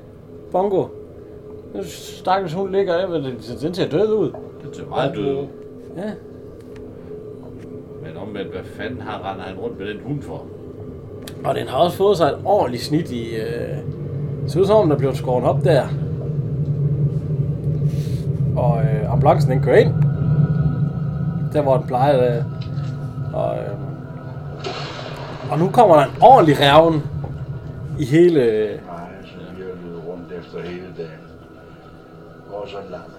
Bongo. Nu stakkels hun ligger af, men den- den ser død ud.
Den ser meget død ud.
Ja.
Men omvendt, hvad fanden har render han rundt med den hund for?
Og den har også fået sig et ordentligt snit i... Øh, det ser ud som om, der blev skåret op der. Og øh, ambulancen den kører ind. Der hvor den plejer. Øh, og, øh, og nu kommer der en ordentlig revn i hele... Øh,
Nej, så vi har løbet rundt efter hele dagen. Hvor så langt?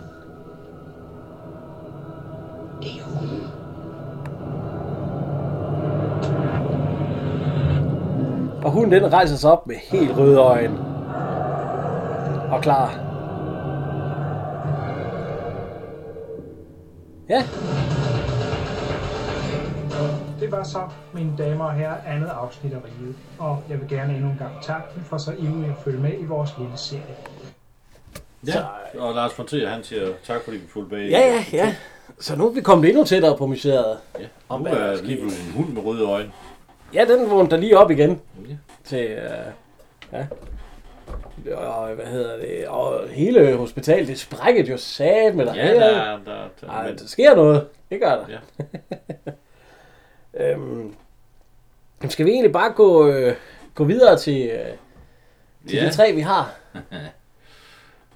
Det er hunden.
og hunden den rejser sig op med helt røde øjne. Og klar. Ja.
Det var så, mine damer og herrer, andet afsnit af Riget, og jeg vil gerne endnu en gang takke dem for så ivrigt at følge med i vores lille serie.
Ja, så, og Lars von Trier, han siger tak, fordi vi fulgte bag.
Ja, ja, ja. Så nu er vi kommet endnu tættere på museet. Ja,
Nu er der lige pludselig en hund med røde øjne.
Ja, den vågnede der lige op igen. Til, øh, ja. Og hvad hedder det? Og hele hospitalet, det sprækkede jo sat med dig.
Ja, der, der, der,
Ej,
men-
der sker noget. Det gør der. Ja. øhm, jamen, skal vi egentlig bare gå, øh, gå videre til, øh, til
Ja.
de tre, vi har?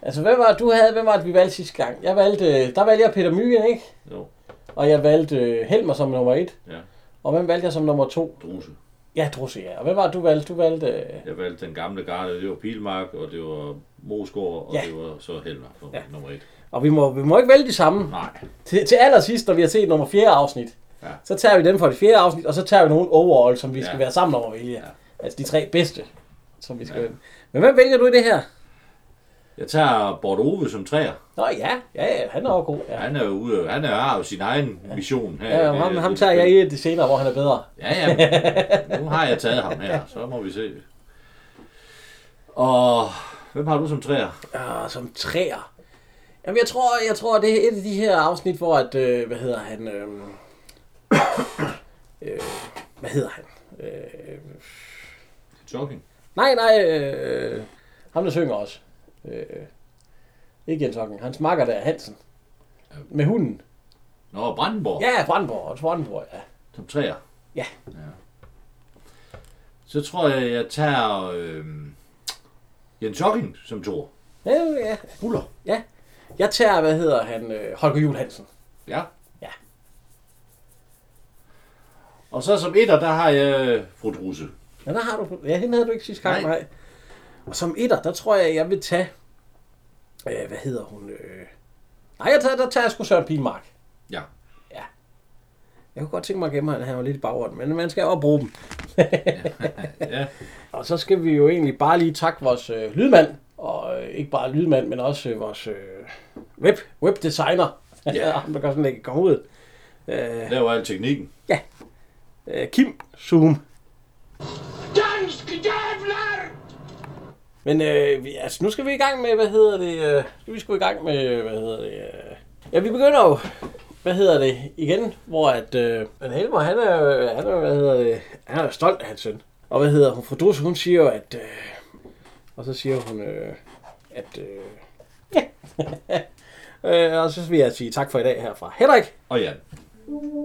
Altså, hvem var det, du havde? Hvem var det, vi valgte sidste gang? Jeg valgte, øh, der valgte jeg Peter Myggen, ikke?
Jo.
Og jeg valgte øh, Helmer som nummer et.
Ja.
Og hvem valgte jeg som nummer to?
Druse.
Ja, Drusse, ja. Og hvem var det, du valgte? Du valgte... Øh,
Jeg valgte den gamle garde, det var Pilmark, og det var Mosgaard, og
Ja.
det var så Helmer for ja. nummer et.
og vi må, vi må ikke vælge de samme.
Nej.
Til, til allersidst, når vi har set nummer 4 afsnit,
ja.
så tager vi dem fra det fjerde afsnit, og så tager vi nogle overall, som vi ja.
Ja.
skal være sammen om at vælge. Ja. Altså de tre bedste, som vi skal ja. vælge. Men hvem vælger du i det her?
Jeg tager Bort Ove som træer.
Nå ja, ja, ja han er også god. Ja.
Han er jo ude, han er, har jo sin egen mission her.
Ja,
Det-
ham,
det-
ham tager jeg i det senere, hvor han er bedre.
Ja, ja. men Nu har jeg taget ham her, så må vi se. Og hvem har du som træer?
Ah, som træer. Jamen, jeg tror, jeg tror, det er et af de her afsnit, hvor at, øh, hvad hedder han, øh, øh, hvad hedder han? Øh,
Talking.
nej, nej, øh, ham der synger også. Øh, ikke Jens Hocken, hans makker der, Hansen. Med hunden.
Nå, Brandenborg.
Ja, Brandenborg, også Brandenborg, ja.
Som træer.
Ja.
Så tror jeg, jeg tager øh, Jens Hocking som to.
Ja, ja.
Buller.
Ja. Jeg tager, hvad hedder han, øh, Holger Juhl Hansen.
Ja.
Ja.
Og så som etter, der har jeg øh, fru Drusse.
Ja, der har du. Ja, hende havde du ikke sidste gang, nej. nej. Og som etter, der tror jeg, jeg vil tage... Øh, hvad hedder hun? Øh... Nej, jeg tager, der tager jeg sgu Søren Pilmark.
Ja.
Ja. Jeg kunne godt tænke mig at gemme, at han var lidt i baggrunden, men man skal jo også bruge dem.
ja.
Og så skal vi jo egentlig bare lige takke vores øh, lydmand, og øh, ikke bare lydmand, men også øh, vores øh, web, webdesigner.
Ja.
Ham, der gør sådan, at det kan komme ud. Øh,
Laver al teknikken.
Ja. Øh, Kim Zoom.
Danske dævler!
Men øh, vi, altså, nu skal vi i gang med, hvad hedder det, øh, skal vi sgu i gang med, hvad hedder det, øh, ja, vi begynder jo, hvad hedder det, igen, hvor at, øh, men Helmer, han er, jo- han er, jo, hvad hedder det, han er jo stolt af hans søn. Og hvad hedder hun, fru Drusse, hun siger jo, at, øh, Og så siger hun, øh, at... Øh, ja. øh, og så vil jeg sige tak for i dag herfra. Henrik!
Og Jan.
Mm.